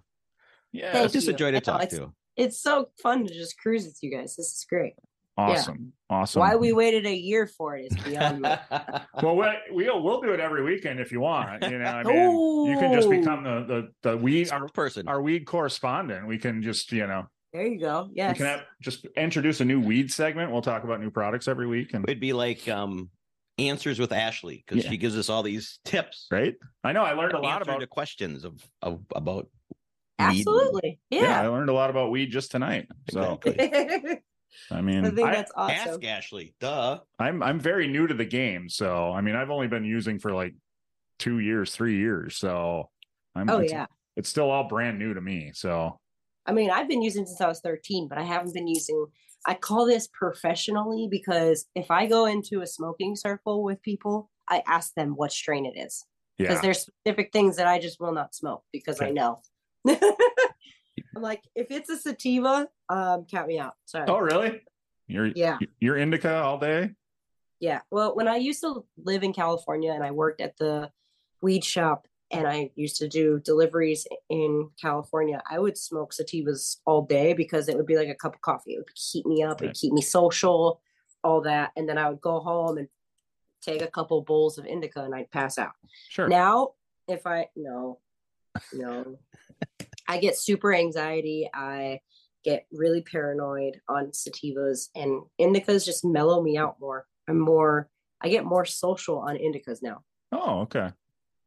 C: Yeah.
B: Thank
D: just a
B: you.
D: joy
B: I know,
D: to talk
B: it's-
D: to.
B: so fun to just cruise with you guys. This is great.
C: Awesome. Awesome.
B: Why we waited a year for it is beyond me.
C: well, we, we'll we'll do it every weekend if you want. You know, I mean, you can just
B: Oh.
C: become the the the weed our,
D: person.
C: our weed correspondent. We can just you know
B: There you go.
C: we
B: Yes.
C: can have, just introduce a new weed segment. We'll talk about new products every week and
D: It'd be like um answers with Ashley because
C: Yeah.
D: she gives us all these tips.
C: right. I know I learned a lot
D: answer
C: about
D: to questions of, of about weed.
B: Absolutely.
C: I
B: Yeah.
C: learned a lot about weed just tonight. So
D: Exactly.
C: I
B: I
C: mean,
B: think
C: I,
B: that's awesome.
D: Ask Ashley. Duh.
C: I'm I'm very new to the game, so I mean, I've only been using for like two years, three years. So I'm
B: Oh
C: it's,
B: yeah.
C: it's still all brand new to me. So
B: I mean, I've been using since I was 13, but I haven't been using. I call this professionally because if I go into a smoking circle with people, I ask them what strain it is because
C: yeah,
B: there's specific things that I just will not smoke because I
C: Okay.
B: know. I'm like, if it's a sativa, um, count me out. Sorry.
C: Oh, really? You're
B: Yeah.
C: you're indica all day.
B: Yeah. Well, when I used to live in California and I worked at the weed shop and I used to do deliveries in California, I would smoke sativas all day because it would be like a cup of coffee. It would keep me up,
C: Right.
B: it'd keep me social, all that. And then I would go home and take a couple bowls of indica and I'd pass out.
C: Sure.
B: Now, if I no, no, I get super anxiety. I get really paranoid on sativas, and indicas just mellow me out more. I'm more. I get more social on indicas now.
C: Oh, okay.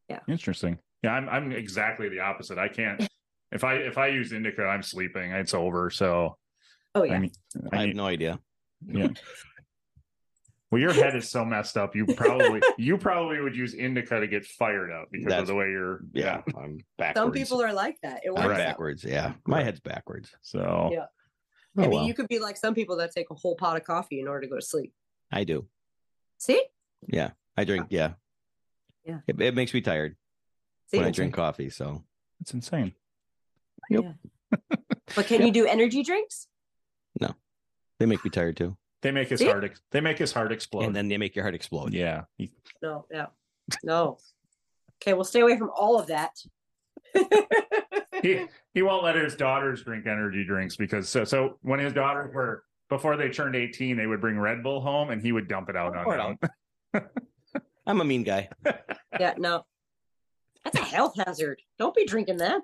B: Yeah.
C: Interesting. Yeah, I'm I'm exactly the opposite. I can't if I if I use indica, I'm sleeping. It's over. So
B: Oh
C: I
B: yeah,
C: need,
D: I
C: I
D: have
C: need,
D: no idea.
C: Yeah. Well, your head is so messed up. You probably you probably would use indica to get fired up because of
D: That's-
C: the way you're.
D: Yeah, I'm backwards.
B: Some people are like that. It works.
D: I'm
C: Right.
B: out.
D: backwards. Yeah, my head's backwards.
C: So
B: Yeah. I
D: Oh,
B: mean,
D: well.
B: you could be like some people that take a whole pot of coffee in order to go to sleep.
D: I do.
B: See?
D: I drink. Yeah.
B: Ah. Yeah.
D: It, it makes me tired
B: See?
D: when I drink coffee. So
C: it's insane.
B: But can you do energy drinks?
D: they make me tired too,
C: They make his
B: See?
C: heart. Ex- they make his heart explode.
D: and then oh, they make your heart explode.
C: yeah, he-
B: No, yeah. No. Okay, well stay away from all of that.
C: he he won't let his daughters drink energy drinks because so so when his daughters were before they turned 18 they would bring red bull home and he would dump it out on
D: Or
C: them
D: I'm a mean guy.
B: yeah, no. That's a health hazard. Don't be drinking that.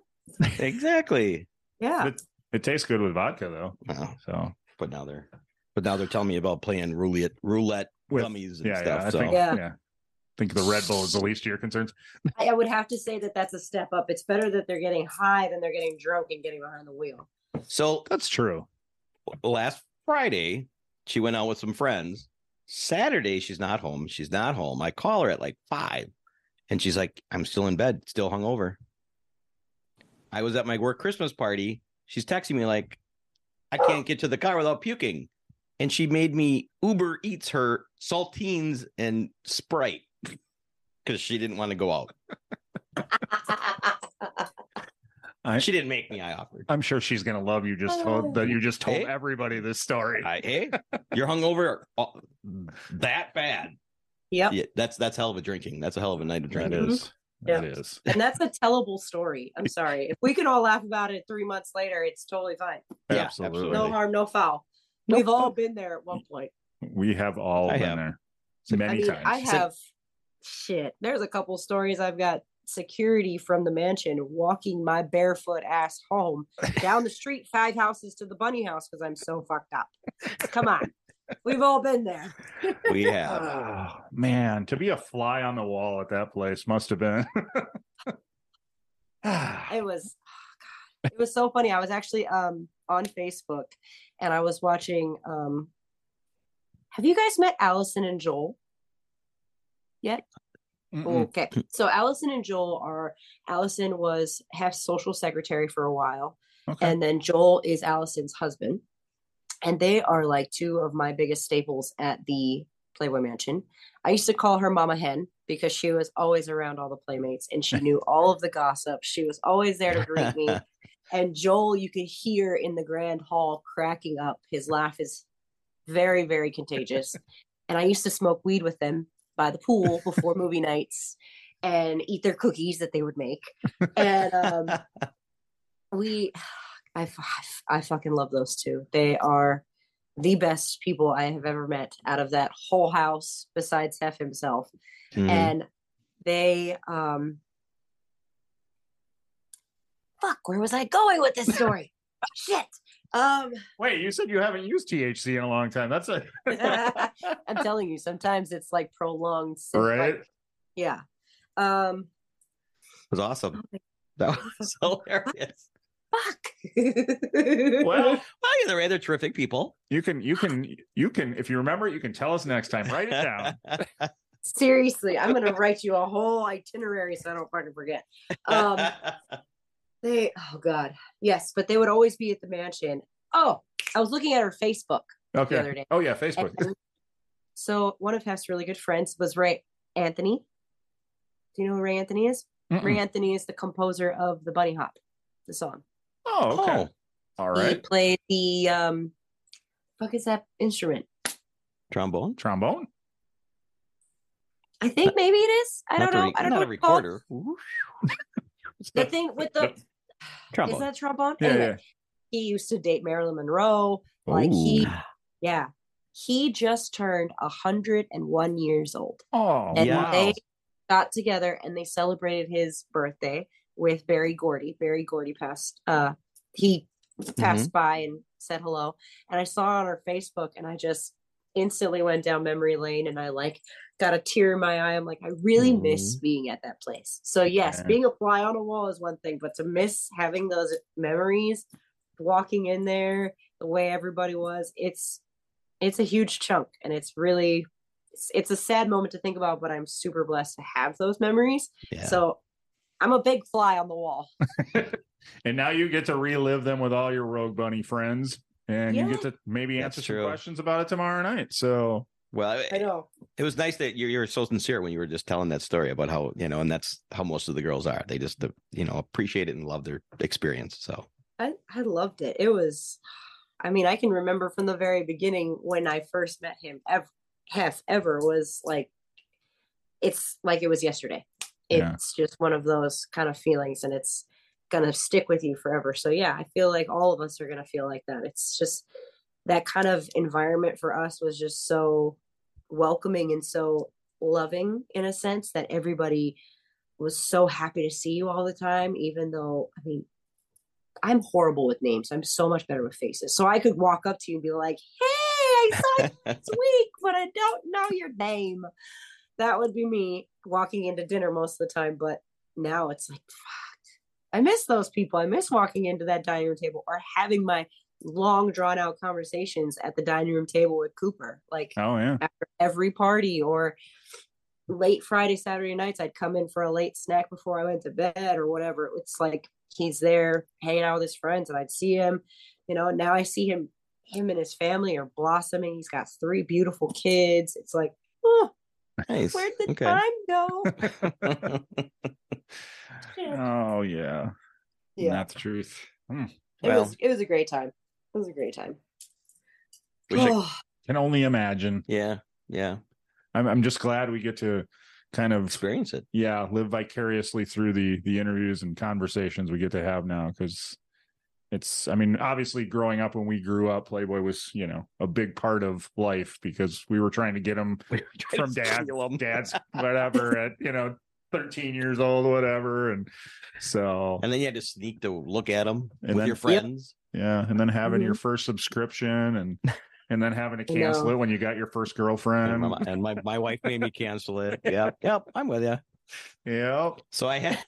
D: exactly.
B: Yeah.
C: it, it tastes good with vodka though
D: Wow.
C: so
D: but now they're but now they're telling me about playing roulette roulette
C: With-
D: gummies and
C: yeah,
D: stuff.
C: yeah, I
D: so
C: think,
B: Yeah.
C: yeah I think the red bull is the least of your concerns
B: I, I would have to say that that's a step up. It's better that they're getting high than they're getting drunk and getting behind the wheel.
D: so
C: that's true
D: last Friday, she went out with some friends. Saturday, she's not home. She's not home. I call her at like five and she's like, I'm still in bed, still hungover. I was at my work Christmas party. She's texting me like, I can't get to the car without puking. And she made me Uber eats her saltines and Sprite because she didn't want to go out.
C: I-
D: She didn't make me. I offered.
C: i'm sure she's gonna love you just
B: Oh.
C: told that you just told
D: Hey.
C: everybody this story
D: I, hey, you're hungover uh, that bad.
B: yep.
D: Yeah, that's that's hell of a drinking. That's a hell of a night of
C: That
D: drinking.
B: Mm-hmm.
C: is-
B: Yeah.
C: that is
B: And that's a tellable story. I'm sorry. If we can all laugh about it three months later, it's totally fine.
D: Yeah,
C: absolutely
B: No
D: Really?
B: harm, no foul.
D: Nope.
B: We've all been there at one point.
C: we have all
D: I
C: been
D: have.
C: there
D: So-
C: many
B: I mean,
C: times
B: I have shit. There's a couple stories I've got security from the mansion walking my barefoot ass home down the street five houses to the bunny house because I'm so fucked up. Come on. We've all been there.
D: We have.
C: Oh, man, to be a fly on the wall at that place must have been.
B: it was oh, God. it was so funny i was actually um on facebook and i was watching um have you guys met allison and joel
C: Mm-mm.
B: okay so allison and joel are allison was half social secretary for a while
C: Okay.
B: and then joel is allison's husband and they are like two of my biggest staples at the playboy mansion i used to call her mama hen because she was always around all the playmates and she knew all of the gossip she was always there to greet me and Joel, you could hear in the grand hall cracking up. His laugh is very, very contagious. and I used to smoke weed with them by the pool before movie nights and eat their cookies that they would make. And um, we, I, f- I fucking love those two. They are the best people I have ever met out of that whole house, besides Hef himself
D: Mhm.
B: and they um fuck where was i going with this story shit um
C: Wait, you said you haven't used THC in a long time. That's a
B: i'm telling you sometimes it's like prolonged synth, like-
C: right.
B: yeah um
D: It was
B: Oh,
D: awesome. That was hilarious.
B: fuck
C: Well,
D: Well, yeah, they're, they're terrific people.
C: you can, you can, you can. If you remember, it, you can tell us next time. Write it down.
B: seriously i'm gonna write you a whole itinerary so i don't fucking forget
D: Oh,
B: um They, oh God, yes, but they would always be at the mansion. Oh, I was looking at her Facebook the other
C: Okay.
B: day.
C: Oh yeah, Facebook.
B: and- so one of Hef's really good friends was Ray Anthony. Do you know who Ray Anthony is? Ray
C: Mm-mm.
B: Anthony is the composer of the Bunny Hop, the song.
C: Oh, okay.
D: Oh,
C: All
B: He
C: right.
B: played the um, fuck is that instrument?
D: trombone.
C: Trombone.
B: I think maybe it is. I don't
D: Not the
B: know.
D: re-
B: I don't know.
D: not a
B: what it's called.
D: recorder.
B: The thing with the is
D: Trombone.
B: that a trombone?
C: Yeah,
B: Anyway,
C: yeah.
B: He used to date Marilyn Monroe. Like he, yeah, he just turned hundred and one years old.
C: Oh,
B: and
D: Yeah.
C: wow.
B: they got together and they celebrated his birthday with Barry Gordy. Barry Gordy passed. Uh, he passed
C: Mm-hmm.
B: by and said hello, and I saw it on her Facebook, and I just instantly went down memory lane, and I like got a tear in my eye. I'm like, I really miss being at that place. So yes,
C: Yeah.
B: being a fly on a wall is one thing, but to miss having those memories, walking in there the way everybody was, it's it's a huge chunk and it's really it's, it's a sad moment to think about but i'm super blessed to have those memories
D: Yeah.
B: so i'm a big fly on the wall
C: and now you get to relive them with all your Rogue Bunny friends, and
B: Yeah.
C: you get to maybe
D: That's
C: answer some
D: true.
C: questions about it tomorrow night. So
D: well,
B: i
D: it,
B: know
D: it was nice that you you were so sincere when you were just telling that story about how you know, and that's how most of the girls are. They just you know appreciate it and love their experience. So
B: i i loved it it was i mean i can remember from the very beginning when i first met him ever half ever was like it's like it was yesterday
C: Yeah.
B: it's just one of those kind of feelings and it's gonna stick with you forever so yeah i feel like all of us are gonna feel like that it's just that kind of environment for us was just so welcoming and so loving in a sense that everybody was so happy to see you all the time even though i mean i'm horrible with names i'm so much better with faces so i could walk up to you and be like hey i saw you last week, but I don't know your name. That would be me walking into dinner most of the time. But now it's like, fuck. I miss those people. I miss walking into that dining room table or having my long drawn out conversations at the dining room table with Cooper. Like
C: oh yeah,
B: every party or late Friday, Saturday nights, I'd come in for a late snack before I went to bed or whatever. It's like he's there hanging out with his friends and I'd see him, you know, now I see him, him and his family are blossoming. He's got three beautiful kids. It's like, oh,
D: nice.
B: where'd the time go?
C: oh yeah,
B: Yeah.
C: Not the truth. Hmm.
B: it
D: well.
B: was, it was a great time. It was a great time.
D: Wish
B: Oh.
D: I-
C: Can only imagine.
D: yeah, yeah.
C: I'm I'm just glad we get to kind of
D: Experience it.
C: yeah live vicariously through the the interviews and conversations we get to have now because it's i mean obviously growing up when we grew up playboy was you know a big part of life because we were trying to get him from dad dad's whatever at you know 13 years old whatever and so
D: And then you had to sneak to look at them
C: And
D: with
C: then-
D: your friends.
C: yeah and then having your first subscription and and then having to
B: Mm-hmm. I know.
C: cancel it when you got your first
D: And,
C: girlfriend
D: my, and my, my wife made me cancel it. Yep. Yep. I'm with you.
C: yeah
D: So I had,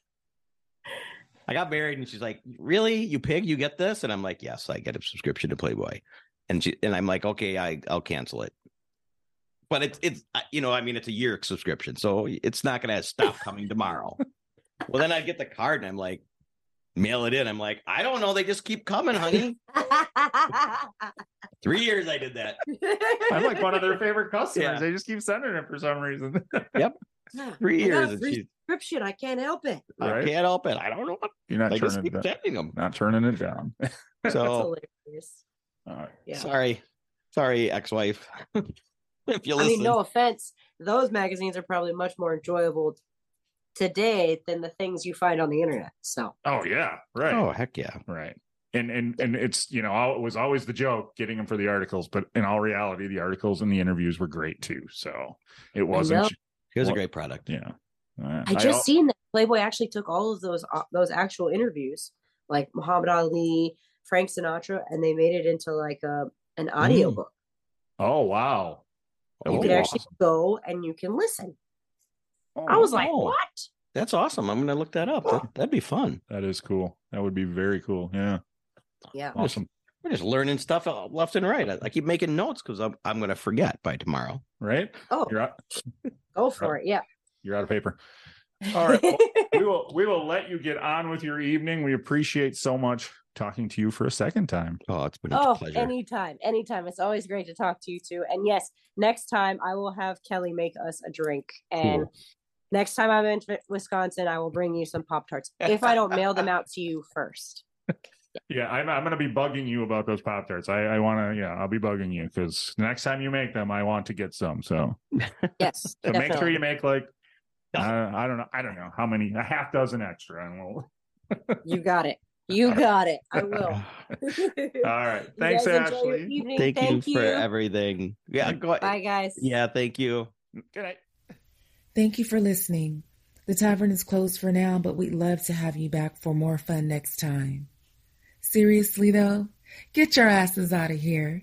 D: I got married and she's like, really? You pig, you get this? And I'm like, yes, I get a subscription to Playboy. And she, and I'm like, okay, I, I'll cancel it. But it's, it's, I- you know, I mean, it's a year subscription. So it's not going to stop coming tomorrow. well, then I get the card and I'm like, mail it in. I'm like, I don't know. They just keep coming, honey. Three years I did that.
C: i'm like one of their favorite customers
D: Yeah.
C: they just keep sending it for some reason
D: Three
B: I got
D: years.
B: a
D: And
B: free
D: she's,
B: subscription. I can't help it.
D: I
C: Right.
D: can't help it. I don't know what.
C: you're not
D: They just
C: turning it
D: keep
C: down.
D: sending them.
C: not turning it down
B: That's
D: So
B: hilarious.
C: All right.
B: Yeah.
D: sorry, sorry, ex-wife. if you
B: I
D: listen,
B: mean, no offense, those magazines are probably much more enjoyable today than the things you find on the internet. So
C: Oh yeah, right,
D: oh heck yeah,
C: right. And and and it's you know al- it was always the joke getting them for the articles, but in all reality, the articles and the interviews were great too. So it
B: know.
C: wasn't,
D: it was
C: Well-
D: a great product.
C: yeah. Uh,
B: I just
C: al-
B: seen that Playboy actually took all of those uh, those actual interviews, like Muhammad Ali, Frank Sinatra, and they made it into like a an
C: Mm.
B: audio book.
C: oh wow,
B: You
D: Oh,
B: could actually
C: awesome.
B: go and you can listen. I
C: Oh,
B: was like,
D: wow.
B: what?
D: That's awesome. I'm gonna look that up. That, that'd be fun.
C: that is cool. That would be very cool. Yeah,
B: Yeah.
C: awesome.
D: We're just learning stuff uh, left and right. I, I keep making notes because I'm I'm gonna forget by tomorrow.
C: Right?
B: Oh,
C: You're out.
B: go for it. Yeah.
C: You're out of paper. All right. well, we will we will let you get on with your evening. We appreciate so much talking to you for a second time.
D: Oh, it's been a
B: Oh,
D: pleasure.
B: anytime, anytime. It's always great to talk to you too. And yes, next time I will have Kelly make us a drink. And next time I'm in Vi- Wisconsin, I will bring you some Pop Tarts if I don't mail them out to you first.
C: Yeah, I'm I'm gonna be bugging you about those pop tarts. I I want to. Yeah, I'll be bugging you because next time you make them, I want to get some. So
B: Yes.
C: so make sure
B: definitely.
C: you make like uh, I don't know I don't know how many a half dozen extra, and we'll.
B: you got it. You got it. I will.
C: All right,
B: You
C: thanks,
B: guys enjoy your
C: Ashley.
B: evening.
D: Thank,
B: Thank
D: you, for everything. Yeah,
C: Thank-
D: go
B: Bye, guys.
D: Yeah, thank you.
C: Good night.
E: Thank you for listening. The tavern is closed for now, but we'd love to have you back for more fun next time. Seriously, though, get your asses out of here.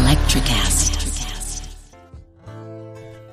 F: Electric acid.